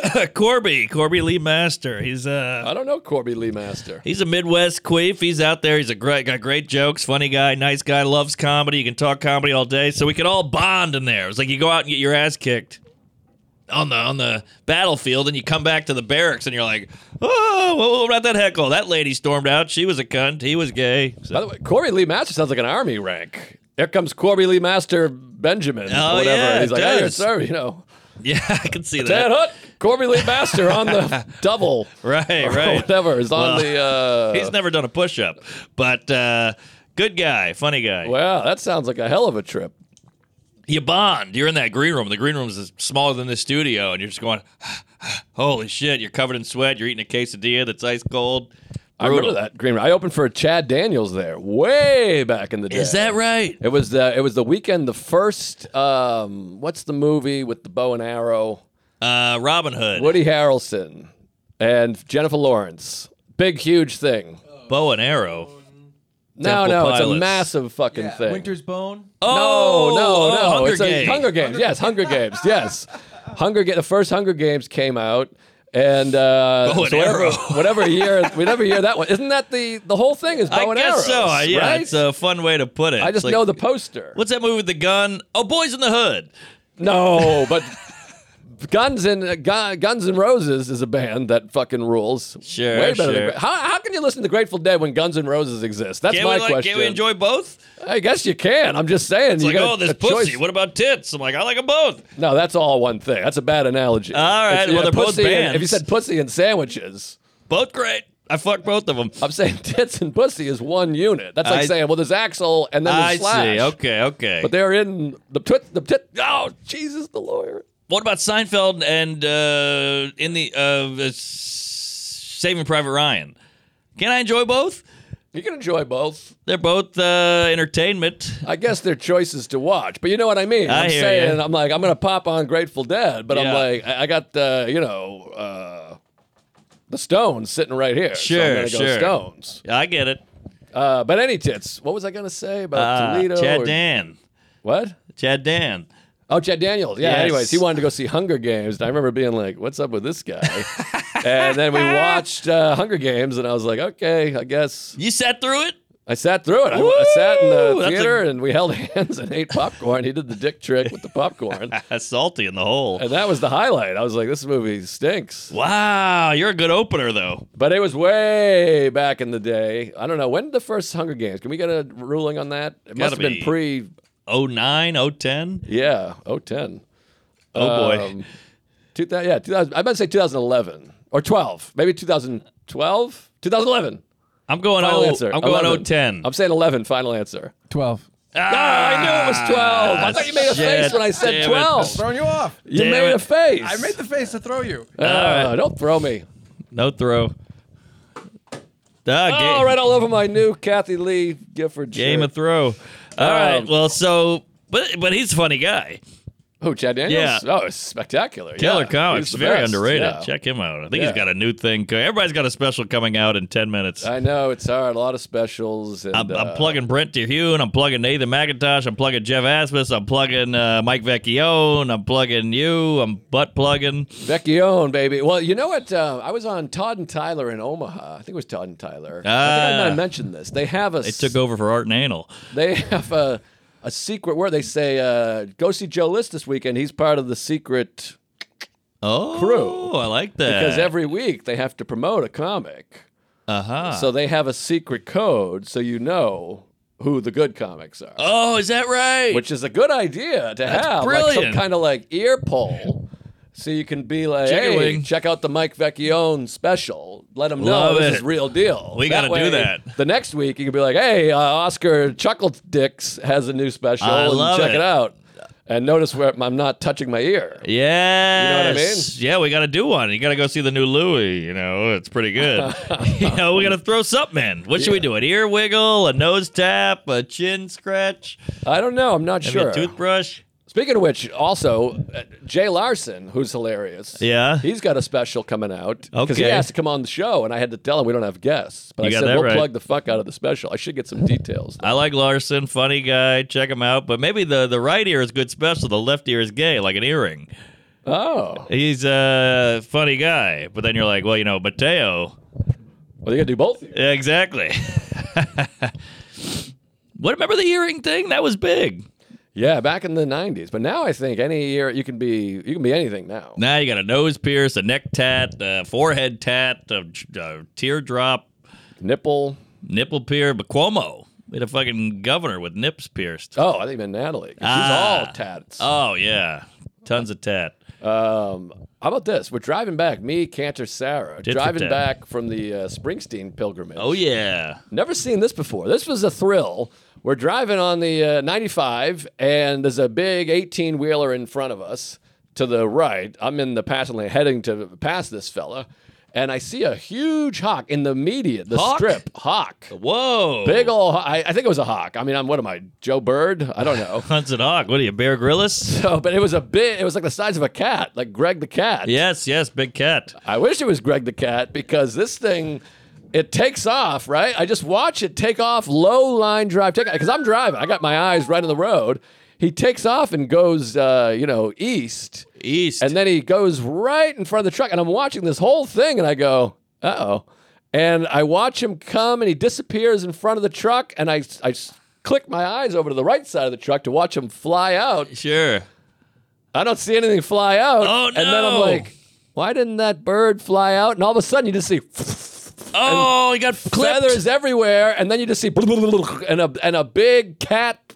B: Corby, Corby Lee Master. He's uh
C: I don't know Corby Lee Master.
B: He's a Midwest queef. He's out there. He's a great got great jokes, funny guy, nice guy, loves comedy. You can talk comedy all day. So we could all bond in there. It's like you go out and get your ass kicked on the on the battlefield and you come back to the barracks and you're like, "Oh, well, about that heckle. That lady stormed out. She was a cunt. He was gay." So-
C: By the way, Corby Lee Master sounds like an army rank. Here comes Corby Lee Master Benjamin,
B: Oh,
C: or whatever.
B: yeah,
C: He's
B: it
C: like, "Hey,
B: does.
C: sir, you know,
B: yeah, I can see
C: Dan
B: that.
C: Hook, Corby Lee Master on the double,
B: Right, right.
C: whatever is on
B: Well,
C: the. Oh, Uh,
B: He's never done a push-up, but uh good guy, funny guy.
C: wow, that sounds like a hell of a trip.
B: you bond. You're in that green room. The green room is smaller than this studio, and you're just going, "Holy shit!" You're covered in sweat. You're eating a quesadilla that's ice cold.
C: I remember
B: Brutal.
C: that green room. I opened for Chad Daniels there way back in the day.
B: Is that right?
C: It was the it was the weekend. The first um, what's the movie with the bow and arrow?
B: Uh, Robin Hood,
C: Woody Harrelson and Jennifer Lawrence. Big huge thing.
B: bow and arrow.
C: No,
B: Temple
C: no, it's a
B: Pilots.
C: massive fucking
D: Yeah,
C: thing.
D: Winter's Bone.
C: Oh. no, no, no.
B: Oh, Hunger
C: it's a-
B: Games.
C: Hunger Games. Yes, Hunger Games. Yes, Hunger Games. The first Hunger Games came out, and uh,
B: Bow and
C: whatever,
B: arrow.
C: whatever year, whatever year that one. Isn't that the the whole thing is bow
B: I
C: and
B: guess
C: arrows?
B: so. I- Yeah,
C: right?
B: it's a fun way to put it.
C: I just
B: It's like-
C: know the poster.
B: What's that movie with the gun? Oh, Boys in the Hood.
C: No, but. Guns and uh, Gu- Guns and Roses is a band that fucking rules.
B: Sure,
C: Way better
B: sure.
C: than, Gra- how, how can you listen to Grateful Dead when Guns and Roses exist? That's
B: Can
C: my
B: we like?
C: question.
B: Can we enjoy both?
C: I guess you can. I'm just saying.
B: It's
C: you
B: like,
C: got
B: oh,
C: a-
B: this
C: a
B: pussy.
C: choice.
B: What about tits? I'm like, I like them both.
C: No, that's all one thing. That's a bad analogy.
B: All
C: It's-
B: right, well,
C: yeah,
B: they're both
C: pussy and-
B: bands.
C: if you said pussy and sandwiches,
B: Both great. I fuck both of them.
C: I'm saying tits and pussy is one unit. That's like
B: I-
C: saying, well, there's Axel and then
B: I
C: there's Slash.
B: see. Okay, okay.
C: But they're in the twit, the tit. Oh, Jesus, the lawyer.
B: What about Seinfeld and uh, in the uh, s- Saving Private Ryan? Can I enjoy both?
C: You can enjoy both.
B: They're both uh, entertainment.
C: I guess they're choices to watch, but you know what I mean.
B: I
C: am
B: hear
C: saying,
B: ya.
C: I'm like, I'm gonna pop on Grateful Dead, but I'm
B: Yeah.
C: like, I, I got the, you know, uh, the Stones sitting right here. so I'm
B: Sure,
C: gonna go
B: sure.
C: Stones.
B: I get it.
C: Uh, but any tits? What was I gonna say about
B: Uh,
C: Toledo?
B: Chad
C: or-
B: Dan.
C: What?
B: Chad Dan.
C: Oh, Chad Daniels. Yeah.
B: Yes.
C: Anyways, he wanted to go see Hunger Games, and I remember being like, "What's up with this guy?" and then we watched uh, Hunger Games, and I was like, "Okay, I guess."
B: You sat through it?
C: I sat through it. I, I sat in
B: Woo!
C: the
B: That's a-
C: theater, and we held hands and ate popcorn. He did the dick trick with the popcorn,
B: That's salty in the hole.
C: and that was the highlight. I was like, "This movie stinks."
B: Wow, you're a good opener though.
C: But it was way back in the day. I don't know when did the first Hunger Games. Can we get a ruling on that? It must
B: Gotta
C: have been
B: be.
C: pre.
B: Oh nine, oh ten.
C: Yeah, oh ten.
B: Oh boy.
C: Um, two thousand. Yeah, two thousand. I might say two thousand eleven or twelve. Maybe two thousand twelve. Two thousand eleven.
B: I'm going
C: Final
B: oh,
C: answer.
B: I'm going
C: 11.
B: 010.
C: I'm saying eleven. Final answer.
D: 12.
C: Ah, I knew it was twelve. I thought you made a face
B: shit.
C: when I said
B: Damn it.
C: twelve.
D: Throwing you off.
C: You
B: Damn
C: made
B: it.
C: a face.
D: I made the face to throw you.
C: Ah, Don't throw me.
B: No throw. Ah, ga-
C: Oh, right all over my new Kathy Lee Gifford shirt.
B: Game of Throw. All right.
C: Um,
B: Well, so but but he's a funny guy.
C: Oh, Chad Daniels?
B: Yeah.
C: Oh, it's spectacular.
B: Killer
C: yeah.
B: Comics,
C: He's the
B: very
C: best,
B: underrated.
C: yeah.
B: Check him out. I think
C: Yeah.
B: he's got a new thing. co- Everybody's got a special coming out in ten minutes.
C: I know, it's hard. A lot of specials. And,
B: I'm,
C: uh,
B: I'm plugging Brent Terhune. I'm plugging Nathan McIntosh. I'm plugging Jeff Asmus. I'm plugging uh, Mike Vecchione. I'm plugging you. I'm butt plugging.
C: Vecchione, baby. Well, you know what? Uh, I was on Todd and Tyler in Omaha. I think it was Todd and Tyler. I think I
B: Ah.
C: might have mentioned this. They have a.
B: They took over for Art and Anal.
C: They have a, a secret word. They say, uh, go see Joe List this weekend. He's part of the secret
B: Oh,
C: Crew.
B: I like that.
C: because every week they have to promote a comic.
B: uh huh.
C: So they have a secret code so you know who the good comics are.
B: oh, is that right?
C: which is a good idea to have like some
B: brilliant.
C: kind of like ear pull so you can be like
B: Chicken
C: hey
B: wing.
C: check out the mike vecchione special let them know
B: Love
C: this is
B: it.
C: real deal
B: We gotta do
C: way,
B: that.
C: the next week you can be like hey uh, oscar chuckle dicks has a new special
B: I
C: and
B: love
C: check it.
B: it.
C: out and notice where i'm not touching my ear
B: Yeah.
C: You know what I mean?
B: Yeah, we got to do one. You got to go see the new Louis. You know, it's pretty good. you know, we got to throw something in. What should we do? An ear wiggle, a nose tap, a chin scratch,
C: i don't know i'm not
B: maybe
C: sure
B: a toothbrush?
C: speaking of which also uh, jay larson who's hilarious
B: Yeah.
C: He's got a special coming out because he
B: Okay.
C: asked to come on the show, and I had to tell him we don't have guests. But
B: You
C: I
B: got
C: said
B: that
C: we'll
B: right.
C: plug the fuck out of the special. I should get some details.
B: I like Larson, funny guy. Check him out. But maybe the, the right ear is good special. The left ear is gay, like an earring.
C: Oh,
B: He's a funny guy. But then you're like, well, you know, Mateo.
C: well, you gotta do both. Of you.
B: Yeah, exactly. what? Remember the earring thing? That was big.
C: Yeah, back in the '90s, but now I think any year you can be you can be anything now.
B: Now you got a nose pierce, a neck tat, a forehead tat, a, a teardrop,
C: Nipple.
B: nipple pierce, but Cuomo. We had a fucking governor with nips pierced.
C: Oh, I think been Natalie. 'cause
B: Ah.
C: She's all tats.
B: Oh, yeah. Tons of tat.
C: Um, how about this? We're driving back. Me, Cantor, Sarah,
B: Tit for
C: driving
B: tat.
C: back from the uh, Springsteen pilgrimage.
B: Oh, yeah.
C: Never seen this before. This was a thrill. We're driving on the uh, 95, and there's a big 18 wheeler in front of us to the right. I'm in the passing lane heading to pass this fella, and I see a huge hawk in the media, the
B: Hawk?
C: strip. Hawk.
B: Whoa.
C: Big ol' ho- I, I think it was a hawk. I mean, I'm what am I, Joe Bird? I don't know.
B: Hunts and Hawk. What are you, Bear Grylls?
C: so, but it was a big, it was like the size of a cat, like Greg the cat.
B: yes, yes, big cat.
C: I wish it was Greg the Cat because this thing, it takes off, right? I just watch it take off, low line drive, take because I'm driving. I got my eyes right on the road. He takes off and goes, uh, you know, east,
B: East.
C: and then he goes right in front of the truck, and I'm watching this whole thing, and I go, uh oh, and I watch him come, and he disappears in front of the truck, and I, I s- click my eyes over to the right side of the truck to watch him fly out.
B: sure.
C: I don't see anything fly out.
B: Oh,
C: And then I'm
B: no.
C: like, why didn't that bird fly out? And all of a sudden you just see
B: Oh, he got clipped.
C: feathers everywhere, and then you just see and a and a big cat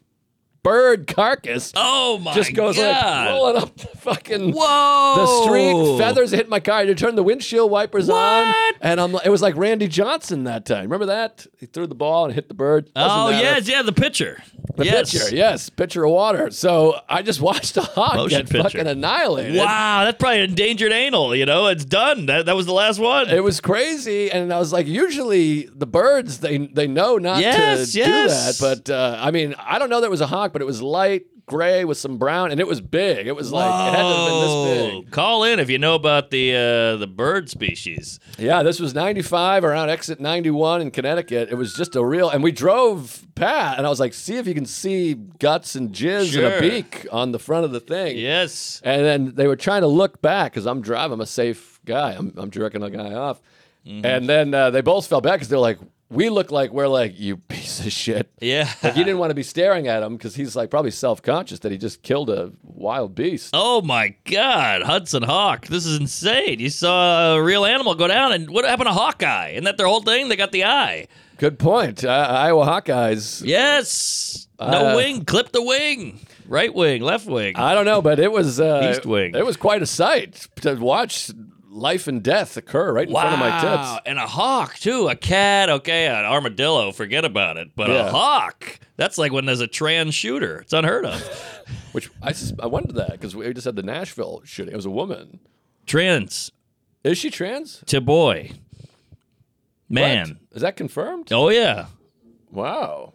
C: bird carcass
B: Oh, my
C: just goes
B: God.
C: like rolling up the fucking
B: Whoa.
C: the street. Feathers hit my car. You turn the windshield wipers on,
B: What?
C: and I'm like, it was like Randy Johnson that time. Remember that? He threw the ball and hit the bird. Doesn't
B: Oh,
C: matter.
B: yes, yeah, the pitcher.
C: The
B: yes.
C: pitcher, yes, pitcher of water. So I just watched the hawk
B: Motion
C: get
B: picture.
C: fucking annihilated.
B: Wow, that's probably endangered anal. You know, it's done. That, that was the last one.
C: It was crazy, and I was like, usually the birds they they know not
B: Yes,
C: to
B: yes.
C: do that, but uh, I mean, I don't know that it was a hawk, but it was light gray with some brown, and it was big. It was like it had to have been this
B: Whoa.
C: big.
B: Oh, Call in if you know about the uh, the bird species.
C: Yeah, this was 95 around exit 91 in Connecticut. It was just a real, and we drove pat, and I was like, see if you can see guts and jizz and a
B: Sure.
C: beak on the front of the thing.
B: Yes.
C: And then they were trying to look back because I'm driving, I'm a safe guy, I'm, I'm jerking a guy off.
B: Mm-hmm.
C: And then uh, they both fell back because they're like, we look like we're like, you piece of shit.
B: Yeah.
C: Like, you didn't want to be staring at him because he's like probably self conscious that he just killed a wild beast.
B: Oh my God, Hudson Hawk! This is insane. You saw a real animal go down, and what happened to Hawkeye? Isn't that their whole thing? They got the eye.
C: Good point. Uh, Iowa Hawkeyes.
B: Yes. No
C: Uh,
B: wing. Clip the wing. Right wing. Left wing.
C: I don't know, but it was uh,
B: East Wing.
C: It was quite a sight to watch life and death occur right in front of my tits.
B: And a hawk too. A cat. Okay, an armadillo. Forget about it. But
C: Yeah.
B: a hawk. That's like when there's a trans shooter. It's unheard of.
C: Which I sus- I wondered that because we just had the Nashville shooting. It was a woman.
B: trans
C: Is she trans?
B: to boy. Man.
C: What? is that confirmed?
B: Oh yeah.
C: Wow.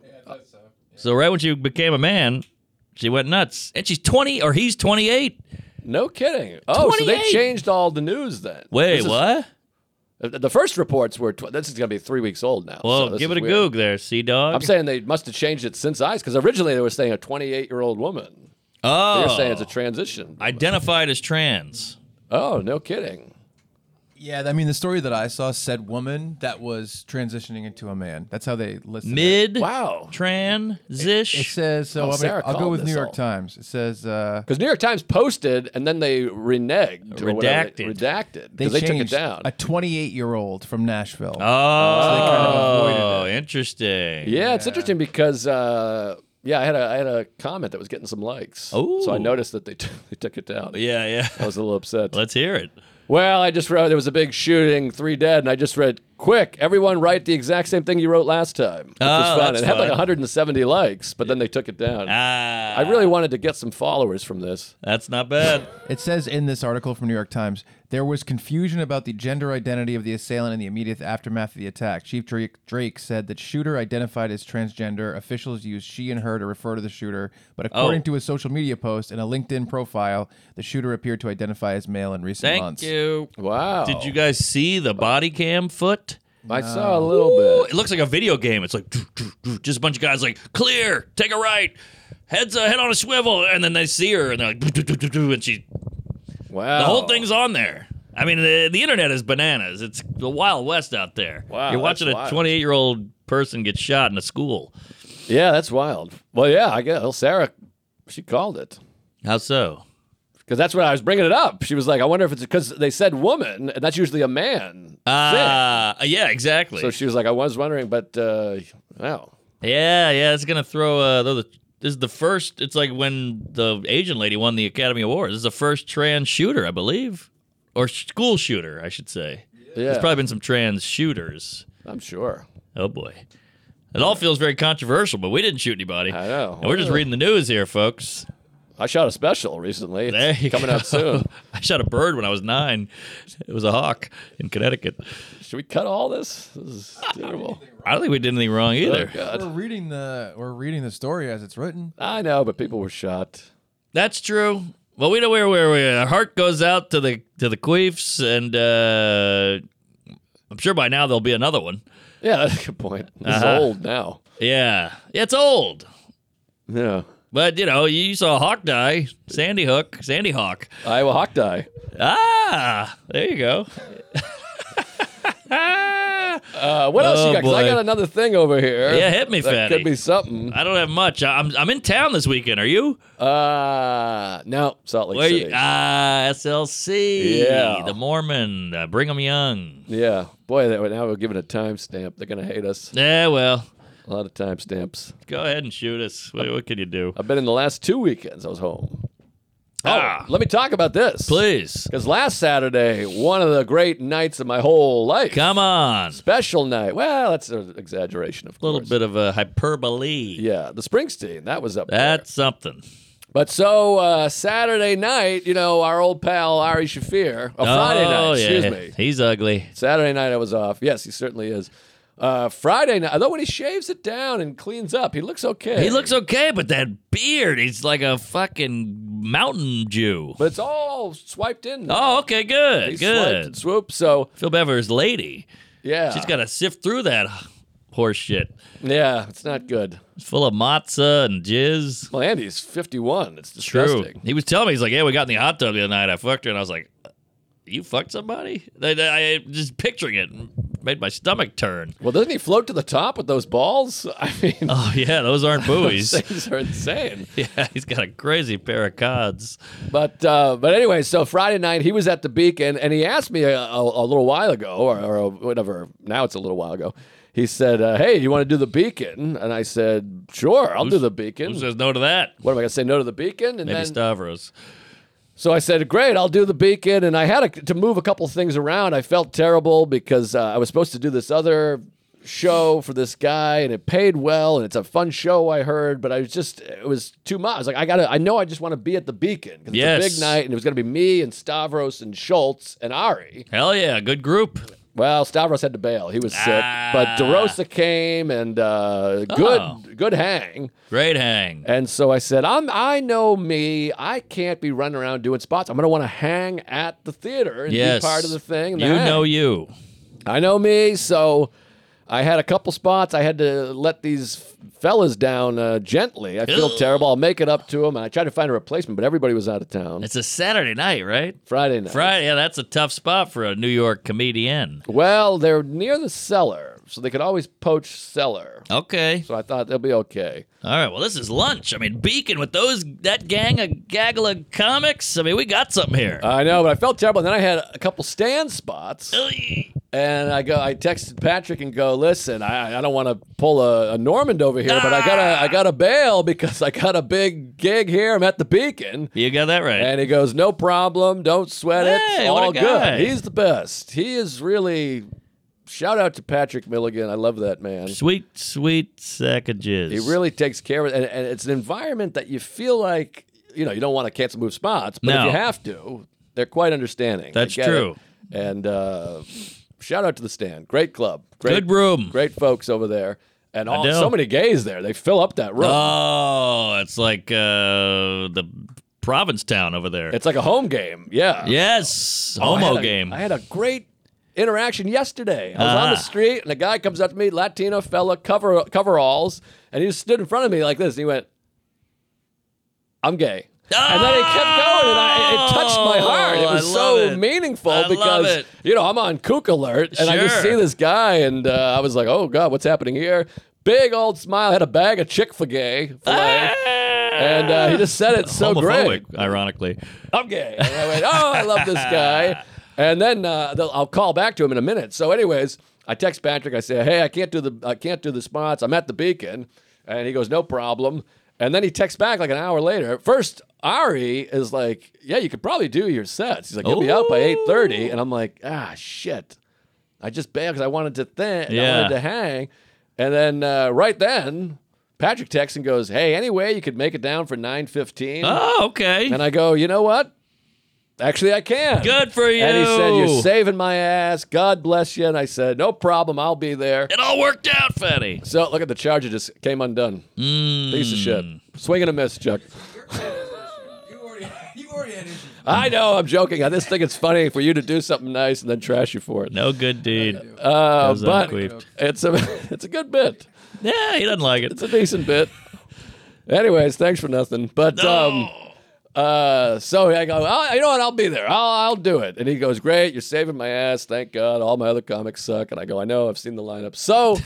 B: So right when she became a man, she went nuts, and she's twenty or he's twenty-eight.
C: No kidding. Oh, so they
B: 28.
C: changed all the news then.
B: Wait,
C: This is-
B: what?
C: uh, The first reports were. Tw- this is going to be three weeks old now. so
B: Well,
C: this
B: give
C: is
B: it a
C: weird.
B: goog there, sea dog.
C: I'm saying they must have changed it since I, because originally they were saying a 28 year old woman.
B: oh,
C: They're saying it's a transition.
B: identified as trans.
C: oh, no kidding.
D: Yeah, I mean, the story that I saw said woman that was transitioning into a man. That's how they listed it.
B: Mid
C: Wow.
D: It
B: transish.
D: says so.
C: Oh,
D: I'll, be-
C: Sarah
D: I'll go
C: called
D: with
C: this
D: New York
C: all.
D: Times. It says uh,
C: Because New York Times posted and then they reneged, or whatever they-
B: Redacted.
C: redacted,
D: they
C: because they, took it
D: changed
C: down.
D: a 28 year old from Nashville.
B: Oh,
D: avoided
B: interesting.
C: yeah, it's interesting because uh, yeah, I had a I had a comment that was getting some likes, so I
B: Ooh.
C: noticed that they t- they took it down.
B: yeah,
C: I
B: yeah.
C: was a little upset.
B: Let's hear it.
C: Well, I just read there was a big shooting, three dead, and I just read, quick, everyone write the exact same thing you wrote last time. Which
B: Oh,
C: was fun.
B: that's
C: it had like
B: fun.
C: 170 likes, but then they took it down.
B: Ah,
C: I really wanted to get some followers from this.
B: That's not bad.
D: It says in this article from New York Times, there was confusion about the gender identity of the assailant in the immediate aftermath of the attack. Chief Drake, Drake said that shooter identified as transgender. Officials used she and her to refer to the shooter, but according
B: Oh.
D: to a social media post and a LinkedIn profile, the shooter appeared to identify as male in recent
B: Thank
D: months.
B: you.
C: Wow.
B: Did you guys see the body cam foot?
C: I saw a little
B: Ooh,
C: bit.
B: it looks like a video game. It's like doo, doo, doo, just a bunch of guys like clear, take a right, heads uh, head on a swivel, and then they see her and they're like, doo, doo, doo, doo, doo, and she
C: Wow.
B: the
C: Oh.
B: whole thing's on there. I mean, the, the internet is bananas. It's the wild west out there.
C: Wow,
B: You're watching
C: that's
B: a
C: wild.
B: 28 year old person get shot in a school.
C: Yeah, that's wild. Well, yeah, I guess well, Sarah, she called it
B: How so?
C: because that's what I was bringing it up. She was like, I wonder if it's because they said woman, and that's usually a man. thing.
B: Uh, yeah, exactly.
C: So she was like, I was wondering, but uh, wow.
B: yeah, yeah, it's gonna throw. Uh, the, this is the first. It's like when the Asian lady won the Academy Award. This is the first trans shooter, I believe, or school shooter, I should say.
C: Yeah,
B: There's probably been some trans shooters.
C: I'm sure.
B: Oh boy. It all feels very controversial, but we didn't shoot anybody.
C: I know. Oh.
B: And we're just reading the news here, folks.
C: I shot a special recently. It's
B: There you
C: coming
B: go.
C: out soon.
B: I shot a bird when I was nine. It was a hawk in Connecticut.
C: Should we cut all this? This is terrible.
B: I don't think we did anything wrong
C: Oh,
B: either.
C: God.
D: We're reading the we're reading the story as it's written.
C: I know, but people were shot.
B: That's true. Well, we know where where we our heart goes out to the to the queefs, and uh, I'm sure by now there'll be another one.
C: Yeah, that's a good point. It's
B: Uh-huh.
C: old now.
B: Yeah, it's old,
C: Yeah.
B: but you know you saw a hawk die, Sandy Hook, Sandy Hawk.
C: Iowa Hawk Die.
B: Ah, there you go.
C: Uh, what else
B: Oh,
C: you got? 'Cause I
B: boy.
C: got another thing over here.
B: Yeah, hit me,
C: that
B: fatty.
C: Could be something.
B: I don't have much. I- I'm I'm in town this weekend. Are you?
C: Uh, no, Salt Lake
B: Where
C: City.
B: you? Ah, SLC.
C: Yeah.
B: the Mormon. Uh, Brigham Young.
C: yeah, boy, that, now we're giving a timestamp. They're gonna hate us.
B: Yeah, well,
C: A lot of timestamps.
B: go ahead and shoot us. What, what can you do?
C: I've been in the last two weekends. I was home. Oh,
B: Ah.
C: let me talk about this,
B: Please,
C: Because last Saturday, one of the great nights of my whole life.
B: come on.
C: Special night. Well, that's an exaggeration, of
B: A little
C: course.
B: bit of a hyperbole.
C: Yeah, the Springsteen that was up there.
B: That's something.
C: But so uh, Saturday night, you know, our old pal Ari Shafir, oh, Friday night,
B: oh,
C: excuse
B: yeah.
C: me.
B: He's ugly.
C: Saturday night I was off. Yes, he certainly is. Uh, Friday night, although when he shaves it down and cleans up, he looks okay.
B: He looks okay, but that beard, he's like a fucking mountain Jew.
C: but it's all swiped in. now.
B: Oh, okay, good,
C: He's swiped
B: good.
C: and swooped. So
B: Phil Bever's lady.
C: yeah,
B: She's got to sift through that horse shit.
C: yeah. It's not good.
B: It's full of matzah and jizz.
C: Well, Andy's fifty-one. It's
B: True.
C: disgusting.
B: He was telling me, he's like, yeah, we got in the hot tub the other night. I fucked her, and I was like, "Uh, you fucked somebody? I, I- I- just picturing it made my stomach turn.
C: Well, doesn't he float to the top with those balls? I mean,
B: Oh yeah, those aren't
C: these
B: buoys.
C: things are insane.
B: yeah, he's got a crazy pair of cods.
C: But uh, but anyway, so Friday night he was at the Beacon, and he asked me a, a, a little while ago, or, or whatever. Now it's a little while ago. He said, uh, "Hey, you want to do the Beacon?" And I said, "Sure, I'll do the Beacon."
B: Who says no to that?
C: what am I gonna say? No to the Beacon, and
B: Maybe
C: then
B: Stavros.
C: so I said, "Great, I'll do the Beacon." And I had a, to move a couple things around. I felt terrible because uh, I was supposed to do this other show for this guy, and it paid well, and it's a fun show. I heard, but I was just it was too much. I was like, I gotta, I know, I just want to be at the Beacon because
B: Yes.
C: it's a big night, and it was gonna be me and Stavros and Schultz and Ari.
B: Hell yeah, good group.
C: Well, Stavros had to bail; he was sick,
B: Ah.
C: but DeRosa came and uh, good,
B: Oh.
C: good hang.
B: Great hang.
C: And so I said, I'm, I know me. I can't be running around doing spots. I'm going to want to hang at the theater and
B: yes.
C: be part of the thing. and
B: You
C: hang.
B: know you.
C: I know me. So I had a couple spots. I had to let these fellas down uh, gently. I feel
B: Ugh.
C: terrible. I'll make it up to them. And I tried to find a replacement, but everybody was out of town.
B: It's a Saturday night, right?
C: Friday night.
B: Friday, yeah, that's a tough spot for a New York comedian.
C: Well, they're near the cellar, so they could always poach cellar.
B: Okay.
C: So I thought they'll be okay.
B: All right. Well, this is lunch. I mean, Beacon with those that gang of gaggle of comics. I mean, we got something here.
C: I know, but I felt terrible. And then I had a couple stand spots.
B: Oy.
C: And I go, I texted Patrick and go, listen, I, I don't want to pull a, a Normand over here, but I gotta, I
B: Ah!
C: gotta bail because I got a big gig here. I'm at the Beacon,
B: you got that right.
C: and he goes, no problem, don't sweat it, it's
B: Hey, what a
C: all
B: guy.
C: good. He's the best. He is really. Shout out to Patrick Milligan. I love that man.
B: sweet, sweet sack of jizz.
C: He really takes care of it, and, and it's an environment that you feel like you know you don't want to cancel move spots, but
B: No.
C: if you have to, they're quite understanding. They
B: That's
C: get it.
B: true.
C: And uh, shout out to the stand, great club, great
B: good room.
C: great folks over there, and all,
B: know.
C: so many gays there. They fill up that room.
B: Oh, it's like uh, the Provincetown over there.
C: it's like a home game. Yeah,
B: yes,
C: Oh, I had
B: homo
C: a-
B: game.
C: I had a great interaction yesterday. I was on
B: Ah.
C: the street, and a guy comes up to me, Latino fella, cover coveralls, and he just stood in front of me like this, and he went, "I'm gay." And then he kept going, and I, it touched my heart. It
B: Oh, I
C: was
B: love
C: so
B: it.
C: meaningful
B: I love
C: because
B: it.
C: you know I'm on kook alert, and I just
B: Sure.
C: see this guy, and uh, I was like, "Oh God, what's happening here?" Big old smile, had a bag of Chick Fil A, and uh, he just said it so great.
B: Ah! Homophobic, ironically.
C: I'm gay. And I went, oh, I love this guy. And then uh, they'll- I'll call back to him in a minute. So, anyways, I text Patrick. I say, hey, I can't do the I can't do the spots. I'm at the Beacon, and he goes, no problem. And then he texts back like an hour later. First, Ari is like, yeah, you could probably do your sets. He's like, you'll be out by
B: Ooh.
C: 8:30, and I'm like, ah, shit. I just bailed because I wanted to think. I
B: Yeah.
C: wanted to hang. And then uh, right then, Patrick texts and goes, hey, anyway, you could make it down for 9:15.
B: Oh, okay.
C: And I go, you know what? Actually, I can.
B: Good for you.
C: And he said, You're saving my ass. God bless you. And I said, No problem. I'll be there.
B: It all worked out, Fatty.
C: So look at the charger just came undone.
B: Mm,
C: Piece of shit. Swing and a miss, Chuck.
D: You already, you already had issues.
C: I know, I'm joking. I just think it's funny for you to do something nice and then trash you for it.
B: No good deed.
C: uh,
B: goes
C: but
B: unqueeped.
C: it's a it's a good bit.
B: yeah, he doesn't like it.
C: It's a decent bit. Anyways, thanks for nothing. But um
B: Oh,
C: Uh, so I go, oh, you know what? I'll be there. I'll, I'll do it. And he goes, great. You're saving my ass. Thank God. All my other comics suck. And I go, I know. I've seen the lineup. So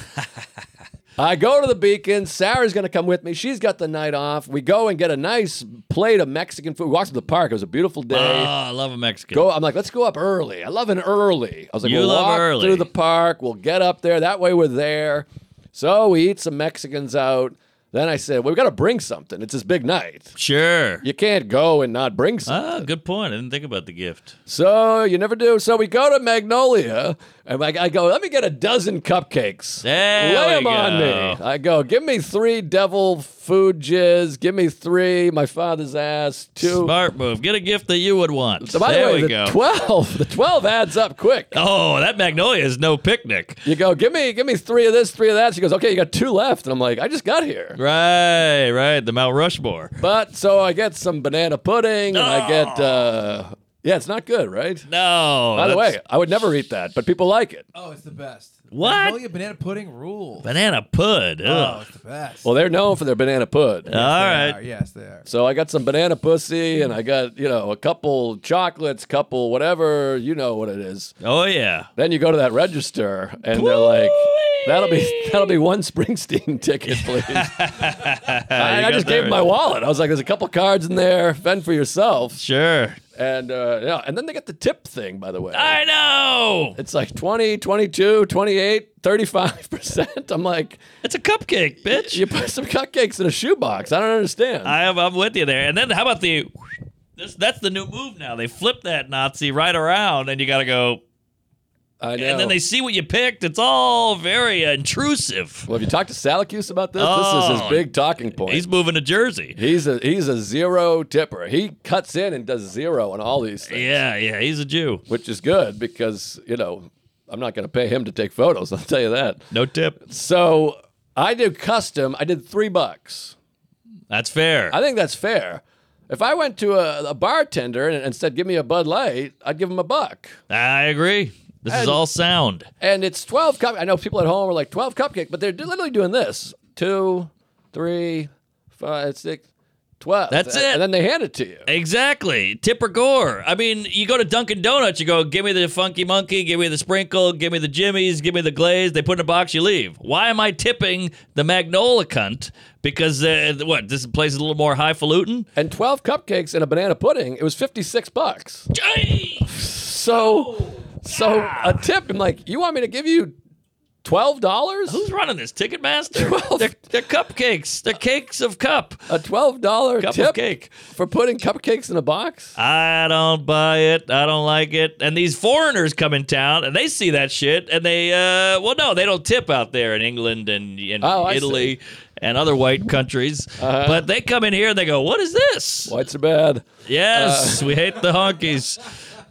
C: I go to the Beacon. Sarah's going to come with me. She's got the night off. We go and get a nice plate of Mexican food. We walked to the park. It was a beautiful day.
B: Oh, I love a Mexican.
C: Go, I'm like, let's go up early. I love an early. I was like,
B: You
C: we'll
B: love
C: walk
B: early.
C: through the park. We'll get up there. That way we're there. So we eat some Mexicans out. Then I said, well, we got to bring something. It's this big night.
B: Sure.
C: You can't go and not bring something.
B: Ah, good point. I didn't think about the gift.
C: So you never do. So we go to Magnolia, And I, I go, let me get a dozen cupcakes.
B: There
C: Lay
B: we
C: 'em on
B: go.
C: me. I go, give me three devil food jizz. Give me three, my father's ass, two.
B: Smart move. Get a gift that you would want.
C: So by
B: there
C: the way,
B: we
C: the
B: go.
C: 12, the 12 adds up quick.
B: oh, that magnolia is no picnic.
C: You go, give me, give me three of this, three of that. She goes, okay, you got two left. And I'm like, I just got here.
B: Right, right. The Mount Rushmore.
C: But so I get some banana pudding and I get, uh, yeah, it's not good, right?
B: No.
C: By the
B: that's-
C: way, I would never eat that, but people like it.
D: Oh, it's the best.
B: What?
D: Magnolia banana pudding rule.
B: banana pud.
D: oh,
B: Ugh.
D: it's the best.
C: Well, they're known for their banana pud.
B: All
D: They
B: right.
D: are, Yes, they are.
C: So I got some banana pussy and I got, you know, a couple chocolates, couple whatever, you know what it is.
B: Oh yeah.
C: Then you go to that register and they're like, that'll be that'll be one Springsteen ticket, please. I, I
B: got
C: just
B: that
C: gave
B: right.
C: him my wallet. I was like, there's a couple cards in there, fend for yourself.
B: Sure.
C: And uh, yeah, and then they get the tip thing, by the way.
B: I know.
C: it's like 20, 22, 28, 35%. I'm like,
B: It's a cupcake, bitch.
C: you put some cupcakes in a shoebox. I don't understand.
B: I am, I'm with you there. And then how about the? This, that's the new move now. They flip that Nazi right around, and you got to go.
C: I know.
B: And then they see what you picked. It's all very intrusive.
C: Well, have you talked to Salacuse about this? this is
B: Oh.
C: his big talking point.
B: He's
C: He's,
B: moving to Jersey.
C: a he's a zero tipper. He cuts in and does zero on all these things,
B: Yeah, yeah. He's a Jew.
C: which is good because you know I'm not going to pay him to take photos. I'll tell you that.
B: No tip.
C: So I do custom. I did three bucks.
B: That's fair.
C: I think that's fair. If I went to a, a bartender and, and said, "Give me a Bud Light," I'd give him a buck.
B: I agree. This is
C: And-
B: all sound.
C: And it's twelve cup. I know people at home are like twelve cupcake, but they're do- literally doing this: two, three, five, six, twelve.
B: That's
C: And-
B: it.
C: And then they hand it to you.
B: Exactly. Tip or gore. I mean, you go to Dunkin' Donuts, you go, give me the funky monkey, give me the sprinkle, give me the jimmies, give me the glaze. They put in a box, you leave. Why am I tipping the Magnolia cunt? Because, uh, what, this place is a little more highfalutin?
C: and 12 cupcakes and a banana pudding, it was 56 bucks.
B: Jeez!
C: So, so a tip, I'm like, you want me to give you $12?
B: Who's running this? Ticketmaster?
C: Twelve.
B: they're, they're cupcakes. They're cakes of cup.
C: A $12
B: Cup
C: tip
B: of cake.
C: for putting cupcakes in a box?
B: I don't buy it. I don't like it. And these foreigners come in town and they see that shit and they, uh, well, no, they don't tip out there in England and, and
C: Oh, I Uh-huh.
B: Italy and other white countries. But they come in here and they go, what is this?
C: Whites are bad.
B: Yes,
C: Uh-huh.
B: we hate the honkies.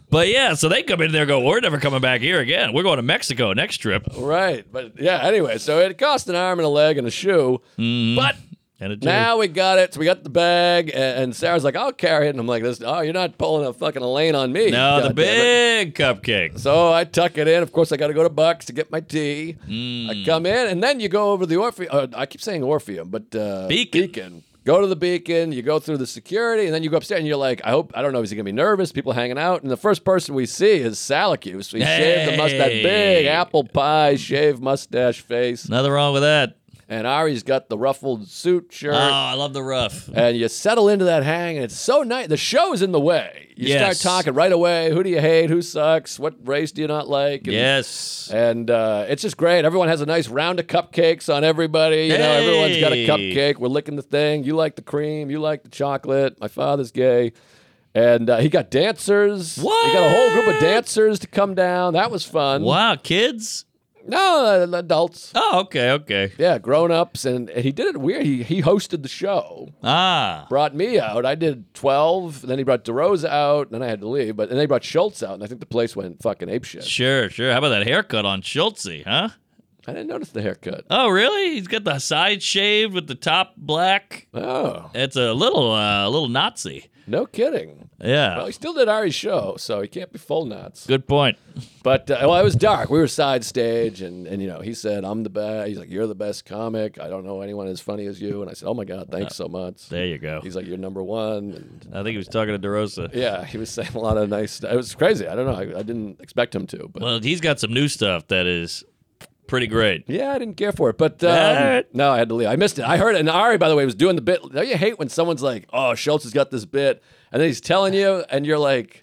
B: But yeah, so they come in there and go, we're never coming back here again. We're going to Mexico next trip.
C: Right. But yeah, anyway, so it cost an arm and a leg and a shoe.
B: Hmm.
C: But
B: And it
C: now we got it. So we got the bag, and, and Sarah's like, I'll carry it. And I'm like, this, oh, you're not pulling a fucking Elaine on me.
B: no, the
C: God damn it.
B: big cupcakes.
C: So I tuck it in. Of course, I got to go to Bucks to get my tea.
B: Hmm.
C: I come in, and then you go over the Orpheum. Uh, I keep saying Orpheum, but uh,
B: Beacon.
C: Go to the Beacon. You go through the security, and then you go upstairs, and you're like, I hope I don't know. Is he gonna be nervous? People hanging out, and the first person we see is Salacuse. He shaved the mustache,
B: Hey.
C: big apple pie, shaved mustache face,
B: Nothing wrong with that.
C: and Ari's got the ruffled suit shirt.
B: Oh, I love the rough.
C: And you settle into that hang, and it's so nice. The show's in the way. You
B: Yes.
C: start talking right away. Who do you hate? Who sucks? What race do you not like? And
B: Yes.
C: and uh, it's just great. Everyone has a nice round of cupcakes on everybody. You know, everyone's got a
B: Hey.
C: cupcake. We're licking the thing. You like the cream. You like the chocolate. My father's gay. And uh, he got dancers. He got a whole group of
B: What?
C: dancers to come down. That was fun.
B: Wow, kids?
C: No, uh, adults.
B: Oh, okay, okay.
C: Yeah, grown ups. And he did it weird. He, he hosted the show,
B: Ah.
C: brought me out. I did 12. Then he brought DeRosa out. And then I had to leave. But And then he brought Schultz out. And I think the place went fucking apeshit.
B: Sure, sure. How about that haircut on Schultze, huh?
C: I didn't notice the haircut.
B: Oh, really? He's got the side shaved with the top black.
C: Oh,
B: It's a little, uh, a little Nazi.
C: no kidding. Well,
B: Yeah.
C: he still did Ari's show, so he can't be full nuts.
B: Good point.
C: But uh, well, it was dark. We were side stage, and and you know, he said, "I'm the best." He's like, "You're the best comic. I don't know anyone as funny as you." And I said, "Oh my god, thanks so much."
B: There you go.
C: He's like, "You're number one." And
B: I think he was talking to DeRosa.
C: yeah, he was saying a lot of nice. stuff. It was crazy. I don't know. I, I didn't expect him to, but
B: Well, he's got some new stuff that is pretty great.
C: yeah, I didn't care for it. But um,
B: Alright.
C: no, I had to leave. I missed it. I heard it. And Ari, by the way, was doing the bit. Don't you hate when someone's like, "Oh, Schultz has got this bit," and then he's telling you, and you're like.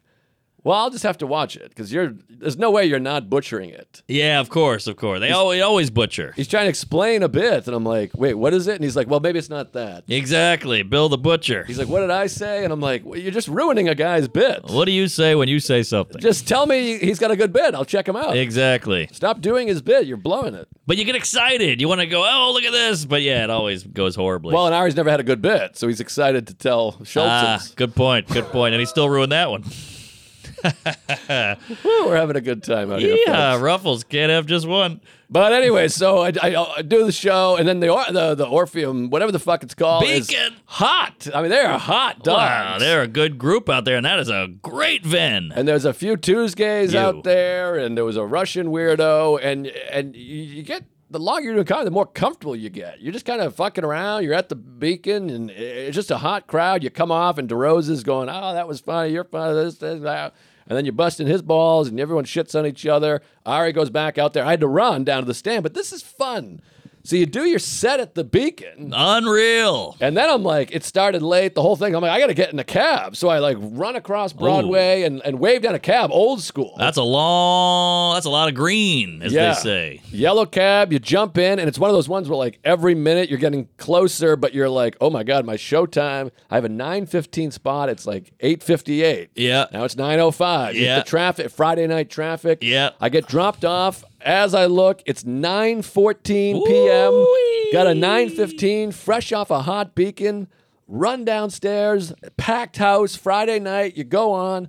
C: Well, I'll just have to watch it because you're. There's no way you're not butchering it.
B: Yeah, of course, of course. They always, always butcher.
C: He's trying to explain a bit, and I'm like, "Wait, what is it?" And he's like, "Well, maybe it's not that."
B: Exactly, Bill the butcher.
C: He's like, "What did I say?" And I'm like, well, "You're just ruining a guy's bit.
B: What do you say when you say something?
C: Just tell me he's got a good bit. I'll check him out.
B: Exactly.
C: Stop doing his bit. You're blowing it."
B: But you get excited. You want to go, oh, look at this. But yeah, it always goes horribly.
C: Well, and Ari's never had a good bit, so he's excited to tell
B: ah,
C: Schultz.
B: good point. Good point. And he still ruined that one.
C: Woo, we're having a good time out here. folks.
B: Yeah, Ruffles can't have just one.
C: But anyway, so I, I, I do the show, and then the or, the the Orpheum, whatever the fuck it's called, is
B: Beacon.
C: hot. I mean, they are hot dogs.
B: Wow, they're a good group out there, and that is a great Ven.
C: and there's a few Tuesdays
B: You.
C: out there, and there was a Russian weirdo, and and you, you get the longer you're doing comedy, the more comfortable you get. You're just kind of fucking around. You're at the Beacon, and it's just a hot crowd. You come off, and DeRosa's going, "Oh, that was funny. You're funny. This, this, that." And then you're busting his balls, and everyone shits on each other. Ari goes back out there. I had to run down to the stand, but this is fun. So you do your set at the Beacon.
B: Unreal.
C: And then I'm like, it started late, the whole thing. I'm like, I got to get in a cab. So I like run across Broadway and, and wave down a cab, old school.
B: That's a long, that's a lot of green, as
C: Yeah.
B: they say.
C: Yellow cab, you jump in, and it's one of those ones where like every minute you're getting closer, but you're like, oh my God, my showtime. I have a 9.15 spot. It's like 8.58.
B: Yeah.
C: Now it's 9.05. You hit
B: Yeah.
C: The traffic, Friday night traffic.
B: Yeah.
C: I get dropped off. As I look, it's 9.14 p.m.
B: Ooh-wee.
C: Got a 9.15, fresh off a hot beacon. Run downstairs, packed house, Friday night. You go on.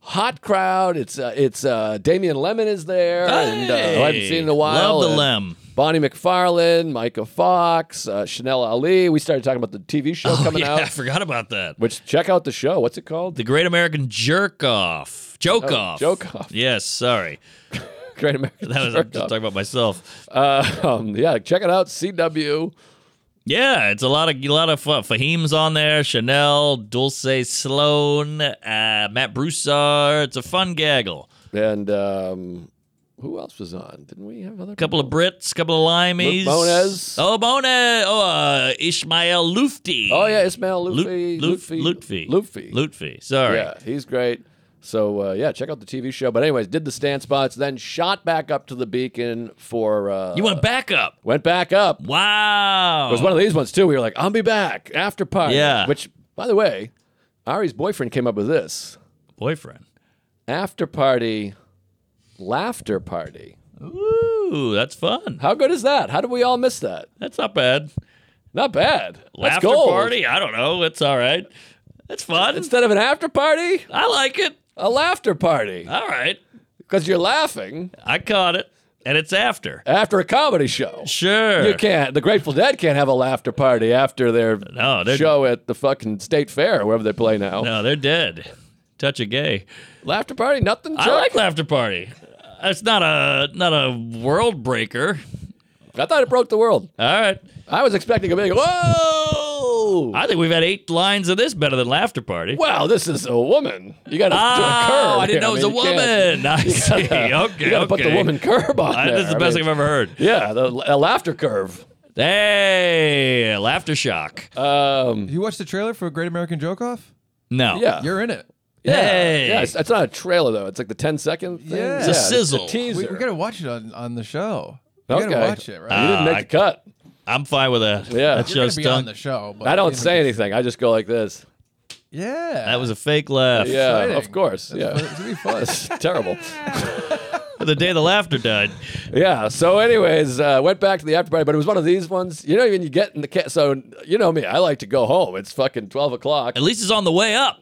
C: Hot crowd. It's uh, it's uh, Damian Lemon is there, and uh, who I haven't
B: Hey,
C: seen in a while. uh,
B: Love the
C: and
B: Lem.
C: Bonnie McFarlane, Micah Fox, uh, Chanel Ali. We started talking about the TV show coming
B: Oh, yeah, I
C: out.
B: forgot about that.
C: Which check out the show. What's it called?
B: The Great American Jerk Off. Joke
C: Oh,
B: Off.
C: Joke Off.
B: Yes, sorry.
C: Great American.
B: That was
C: Jerk
B: I'm just
C: Off.
B: talking about myself.
C: Uh, um, yeah, check it out. CW.
B: Yeah, it's a lot of a lot of fun. Fahim's on there, Chanel, Dulce Sloan, uh, Matt Broussard. It's a fun gaggle.
C: And um, who else was on? Didn't we have other
B: A couple of Brits, couple of
C: Luke
B: Limeys.
C: Bones.
B: Oh, Bones. Oh, uh, Ishmael Lufti.
C: Oh yeah, Ismail
B: Lu-
C: Luffy.
B: Luf-
C: Luffy.
B: Lutfi. Lutfi. Sorry.
C: Yeah, he's great. So uh, yeah, check out the TV show. But anyways, did the stand spots, then shot back up to the beacon for. Uh,
B: You went back up.
C: went back up.
B: Wow.
C: It was one of these ones too. We were like, "I'll be back after party."
B: Yeah.
C: Which, by the way, Ari's boyfriend came up with this
B: boyfriend.
C: after party, laughter party.
B: Ooh, that's fun.
C: How good is that? How did we all miss that?
B: That's not bad.
C: Not bad. That's
B: Laughter
C: gold.
B: party? I don't know. It's all right. It's fun.
C: instead of an after party,
B: I like it.
C: a laughter party
B: All right.
C: because you're laughing
B: I caught it. And it's after.
C: after a comedy show.
B: Sure.
C: You can't. The Grateful Dead can't have a laughter party after their
B: No, they're
C: show at the fucking state fair, wherever they play now.
B: no, they're dead. Touch a gay.
C: Laughter party, nothing.
B: I
C: Chuck?
B: like laughter party. It's not a not a world breaker.
C: I thought it broke the world.
B: All right.
C: I was expecting a big whoa.
B: I think we've had eight lines of this better than laughter party.
C: wow, this is a woman. You got to
B: Oh,
C: curb.
B: I
C: here.
B: didn't know it was
C: mean, you
B: a
C: can't-
B: woman. I see.
C: gotta-
B: okay.
C: You got to
B: okay.
C: put the woman curb on
B: I-
C: there.
B: this is the
C: I
B: best
C: mean,
B: thing I've ever heard.
C: Yeah, the a laughter curve.
B: Hey, laughter shock.
C: Um,
D: You watched the trailer for Great American Joke Off?
B: no.
C: yeah,
D: You're in it.
C: yeah,
B: Hey.
C: yeah. It's, it's not a trailer though. It's like the 10 second thing.
D: Yeah. It's a
B: sizzle.
C: teaser.
D: We, we gotta watch it on, on the show. We
C: Okay. Uh,
D: gotta watch it,
C: You
D: right?
C: didn't make
B: I-
C: the cut.
B: I'm fine with that.
C: Yeah.
B: That
C: You're
D: You're
B: show's
D: gonna be
B: done.
D: on the show. But
C: I
D: you
C: don't
D: know,
C: say anything. I just go like this.
D: Yeah.
B: that was a fake laugh.
C: Yeah,
D: Exciting.
C: of course.
D: It's
C: Yeah,
D: gonna be fun.
C: it's terrible.
B: The day the laughter died.
C: Yeah. So, anyways, uh, went back to the after party, but it was one of these ones. You know, even you get in the cat. So, you know me. I like to go home. It's fucking twelve o'clock.
B: At least it's on the way up.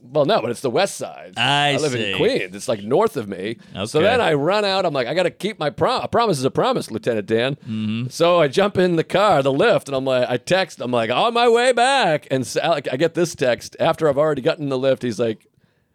C: Well, no, but it's the west side.
B: I
C: live
B: see.
C: in Queens. It's like north of me. So
B: Okay.
C: then I run out. I'm like, I got to keep my prom. A promise is a promise, Lieutenant Dan.
B: Mm-hmm.
C: So I jump in the car, the lift, and I'm like, I text. I'm like, on my way back. And so, like, I get this text after I've already gotten in the lift. He's like,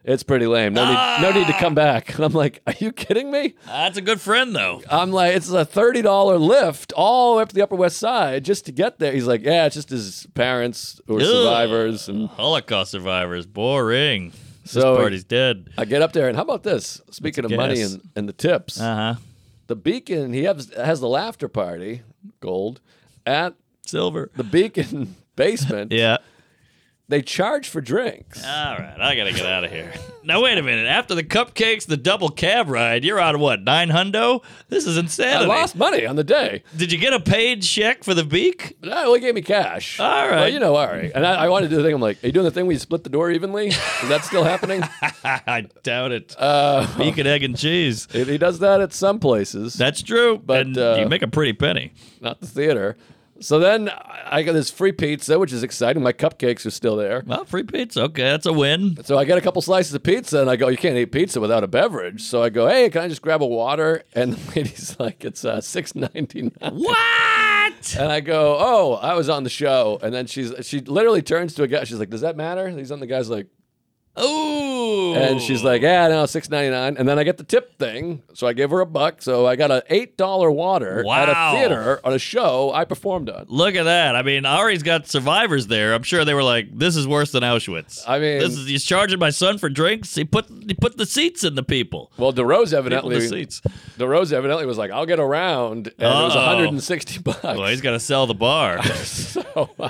C: it's pretty lame. No need, no need to come back. And I'm like, are you kidding me?
B: That's a good friend though.
C: I'm like, it's a thirty dollar lift all the way up to the Upper West Side just to get there. He's like, yeah, it's just his parents who are
B: Ugh.
C: survivors, and
B: Holocaust survivors. Boring.
C: So-
B: this party's dead.
C: I get up there. And how about this? Speaking
B: Let's
C: of money
B: guess.
C: and, and the tips,
B: Uh huh.
C: the Beacon he has has the laughter party, gold, at
B: Silver.
C: the Beacon basement.
B: Yeah.
C: They charge for drinks.
B: All right, I gotta get out of here. Now wait a minute. After the cupcakes, the double cab ride, you're on what nine hundo? This is
C: I
B: insanity.
C: lost money on the day.
B: Did you get a paid check for the beak?
C: No, well, he gave me cash.
B: All right.
C: Well, you know, all right. And I, I wanted to do the thing. I'm like, are you doing the thing where you split the door evenly? Is that still happening?
B: I doubt it. Uh, beak and egg and cheese.
C: he he does that at some places,
B: That's true,
C: But,
B: but
C: uh,
B: you make a pretty penny.
C: not the theater. So then I I got this free pizza, which is exciting. My cupcakes are still there.
B: Well, free pizza. Okay, that's a win.
C: So I get a couple slices of pizza, and I go, "You can't eat pizza without a beverage." So I go, "Hey, can I just grab a water?" And the lady's like, "It's uh, six ninety nine.
B: What?
C: And I go, "Oh, I was on the show." And then she's she literally turns to a guy. She's like, "Does that matter?" He's on the guy's like,
B: Ooh.
C: and she's like, "Yeah, no, six ninety nine. And then I get the tip thing, so I give her a buck. So I got an eight dollar water
B: Wow.
C: at a theater on a show I performed on.
B: Look at that. I mean, Ari's got survivors there. I'm sure they were like, this is worse than Auschwitz.
C: I mean-
B: this is he's charging my son for drinks. He put he put the seats in the people.
C: Well, DeRose
B: People in the
C: evidently,
B: seats.
C: DeRose evidently was like, "I'll get around," and it was
B: Uh-oh.
C: one hundred and sixty bucks.
B: Well, he's got to sell the bar.
C: so. uh,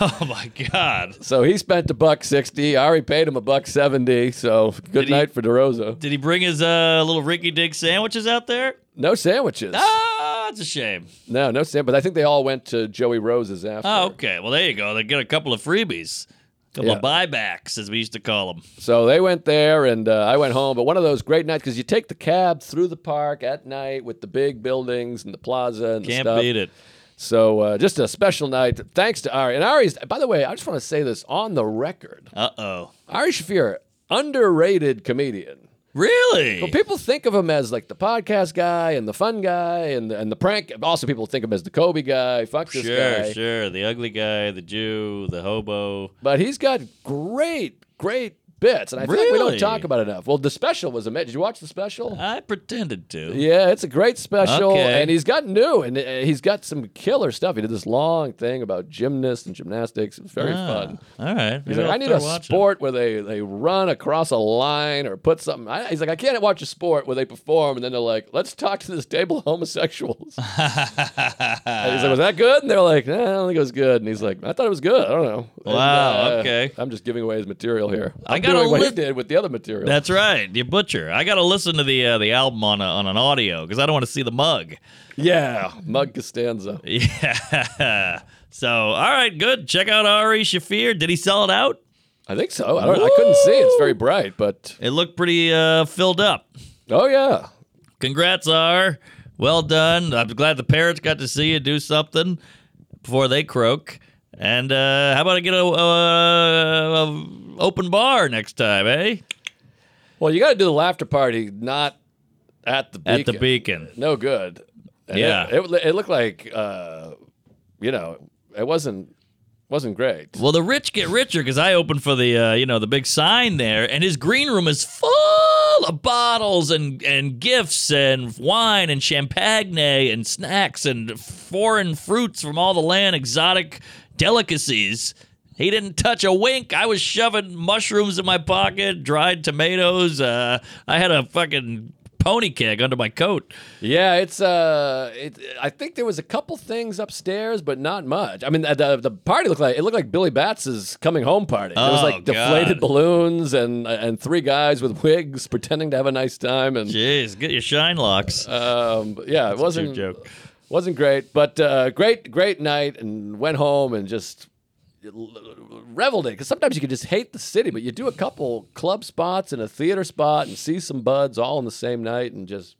B: oh my god.
C: So he spent a buck sixty. Ari paid him a buck seventy. So good
B: Did he-
C: night for DeRosa.
B: Did he bring his uh, little rinky dink sandwiches out there?
C: No sandwiches.
B: Ah, it's a shame.
C: No, no sandwich. But I think they all went to Joey Rose's after.
B: Oh, okay. Well, there you go. They get a couple of freebies, a couple of
C: Yeah.
B: buybacks, as we used to call them.
C: So they went there, and uh, I went home. But one of those great nights because you take the cab through the park at night with the big buildings and the plaza and
B: Can't
C: the stuff.
B: beat it.
C: So uh, just a special night. Thanks to Ari. And Ari's. By the way, I just want to say this on the record.
B: Uh oh.
C: Ari Shafir, underrated comedian.
B: Really?
C: Well, people think of him as like the podcast guy and the fun guy and the, and the prank. Also, people think of him as the Kobe guy. Fuck this
B: sure,
C: guy.
B: sure. The ugly guy, the Jew, the hobo.
C: But he's got great, great bits, and I think we
B: Really?
C: don't talk about it enough. Well, the special was amazing. Did you watch the special?
B: I pretended to.
C: yeah, it's a great special,
B: Okay.
C: and he's got new, and uh, he's got some killer stuff. He did this long thing about gymnasts and gymnastics. It was very
B: Ah,
C: fun.
B: All right.
C: He's
B: Maybe
C: like,
B: I'll
C: I need a
B: start watching.
C: sport where they, they run across a line or put something. I, he's like, I can't watch a sport where they perform and then they're like, let's talk to this table of homosexuals. And he's like, was that good? And they're like, nah, I don't think it was good. And he's like, I thought it was good. I don't know. And, uh,
B: Wow, okay.
C: I'm just giving away his material here. I'm
B: I gotta
C: doing what
B: li-
C: he did with the other material.
B: That's right. You butcher. I got to listen to the uh, the album on a, on an audio because I don't want to see the mug.
C: yeah, Mug Costanza.
B: Yeah. So, all right, good. Check out Ari Shafir. Did he sell it out?
C: I think so. I, don't, I couldn't see. It's very bright, but
B: It looked pretty uh, filled up.
C: oh yeah.
B: Congrats, R. Well done. I'm glad the parents got to see you do something before they croak. And uh, how about I get a, uh a open bar next time, eh?
C: Well, you got to do the laughter party, not at the beacon.
B: At the Beacon.
C: no good. And
B: Yeah.
C: it, it, it looked like uh, you know it wasn't wasn't great.
B: Well, the rich get richer because I opened for the uh, you know the big sign there, and his green room is full of bottles and and gifts and wine and champagne and snacks and foreign fruits from all the land, exotic delicacies. He didn't touch a wink. I was shoving mushrooms in my pocket, dried tomatoes. Uh, I had a fucking pony keg under my coat.
C: Yeah, it's uh, it, I think there was a couple things upstairs, but not much. I mean, the- the, the party looked like it looked like Billy Batts' coming home party. it was
B: Oh,
C: like deflated
B: God.
C: balloons and and three guys with wigs pretending to have a nice time, and
B: Jeez, get your shine locks.
C: um, yeah, it wasn't
B: joke.
C: wasn't great, but uh, great great night, and went home and just reveled it because sometimes you can just hate the city, but you do a couple club spots and a theater spot and see some buds all in the same night, and just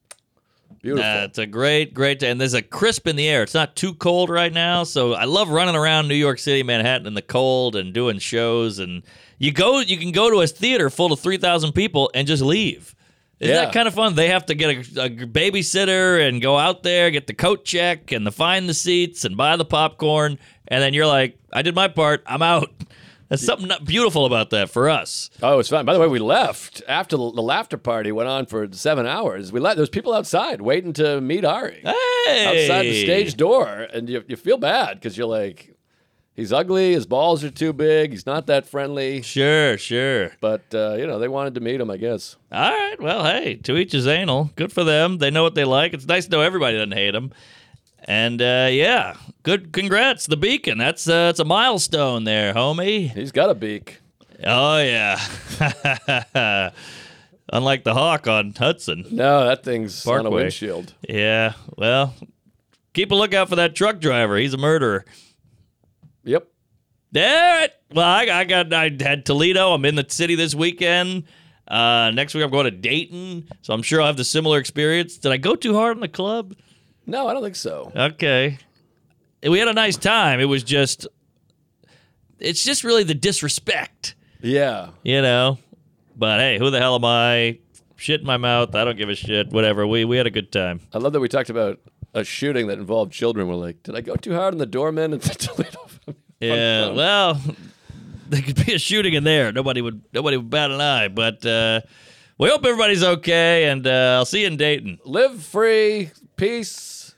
C: beautiful.
B: Uh, it's a great, great day. And there's a crisp in the air. It's not too cold right now. So I love running around New York City, Manhattan in the cold and doing shows. And you go, you can go to a theater full of 3,000 people and just leave. Isn't
C: Yeah.
B: that kind of fun? They have to get a, a babysitter and go out there, get the coat check and the find the seats and buy the popcorn. And then you're like, I did my part. I'm out. There's something not beautiful about that for us.
C: Oh, it's fun. By the way, we left after the, the laughter party went on for seven hours. We left. There's people outside waiting to meet Ari
B: Hey!
C: outside the stage door, and you, you feel bad because you're like, he's ugly, his balls are too big, he's not that friendly.
B: Sure, sure.
C: But uh, you know, they wanted to meet him, I guess.
B: All right. Well, hey, to each his anal. Good for them. They know what they like. It's nice to know everybody doesn't hate them. And uh, yeah, good. Congrats, the Beacon. That's uh, it's a milestone there, homie.
C: He's got a beak.
B: Oh yeah. Unlike the hawk on Hudson.
C: No, that thing's on a
B: Parkway.
C: windshield.
B: Yeah. Well, keep a lookout for that truck driver. He's a murderer.
C: Yep.
B: There it. Well, I, I got. I had Toledo. I'm in the city this weekend. Uh, next week I'm going to Dayton, so I'm sure I'll have the similar experience. Did I go too hard on the club?
C: No, I don't think so.
B: Okay. We had a nice time. It was just. It's just really the disrespect,
C: Yeah.
B: you know. But hey, who the hell am I? Shit in my mouth. I don't give a shit. Whatever. We we had a good time.
C: I love that we talked about a shooting that involved children. We're like, did I go too hard on the doorman and Toledo?
B: Yeah. Well, there could be a shooting in there. Nobody would nobody would bat an eye. But uh, we hope everybody's okay, and uh, I'll see you in Dayton.
C: Live free, peace,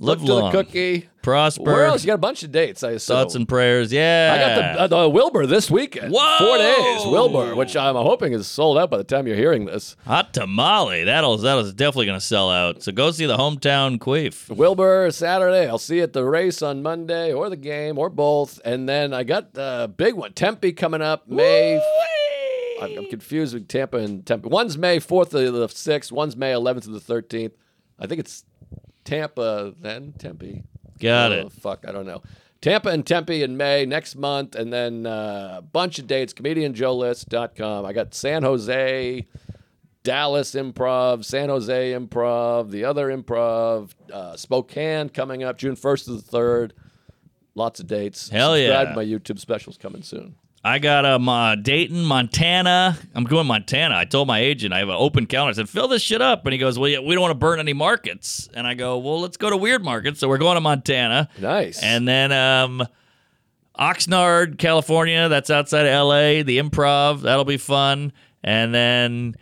B: Live
C: look
B: long,
C: to the cookie.
B: prosper.
C: Where else? You got a bunch of dates, I assume.
B: Thoughts and prayers. Yeah.
C: I got the, uh, the Wilbur this weekend.
B: Whoa!
C: Four days, Wilbur, which I'm hoping is sold out by the time you're hearing this.
B: Hot tamale. That'll that'll definitely gonna sell out. So go see the hometown queef.
C: Wilbur Saturday. I'll see you at the race on Monday or the game or both. And then I got the big one, Tempe coming up May. I'm, I'm confused with Tampa and Tempe. One's May 4th to the 6th. One's May 11th to the 13th. I think it's Tampa then Tempe.
B: Got
C: Oh,
B: it.
C: Fuck, I don't know. Tampa and Tempe in May next month, and then uh, a bunch of dates. ComedianJoeList.com. I got San Jose, Dallas Improv, San Jose Improv, the other Improv, uh, Spokane coming up June first to the third. Lots of dates.
B: Hell yeah.
C: Subscribe to my YouTube specials coming soon.
B: I got um uh, Dayton, Montana. I'm going Montana. I told my agent I have an open counter. I said fill this shit up, and he goes, "Well, yeah, we don't want to burn any markets." And I go, "Well, let's go to weird markets." So we're going to Montana,
C: Nice.
B: and then um, Oxnard, California. That's outside of L.A. The Improv. That'll be fun. And then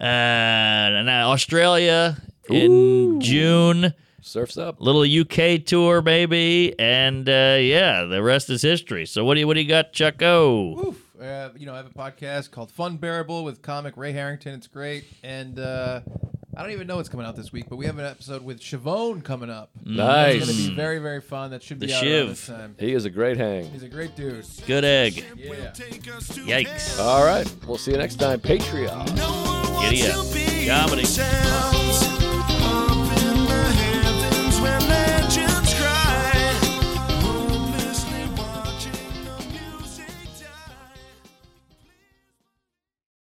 B: uh, and then Australia in June.
C: surfs up.
B: Little UK tour, maybe, and uh, yeah, the rest is history. So what do you what do you got, Chucko?
D: Oof. Uh, you know, I have a podcast called Fun Bearable with comic Ray Harrington. It's great. And uh, I don't even know what's coming out this week, but we have an episode with Siobhan coming up. It's going to
C: Mm. Nice.
D: be very, very fun. That should be
B: The
D: out
B: Shiv.
D: around this time.
C: He is a great hang.
D: He's a great dude.
B: Good egg.
D: Yeah.
B: Yikes.
C: All right. We'll see you next time. Patreon.
A: No one
B: Giddy
A: wants
B: up.
A: to be
B: Comedy.
A: himself.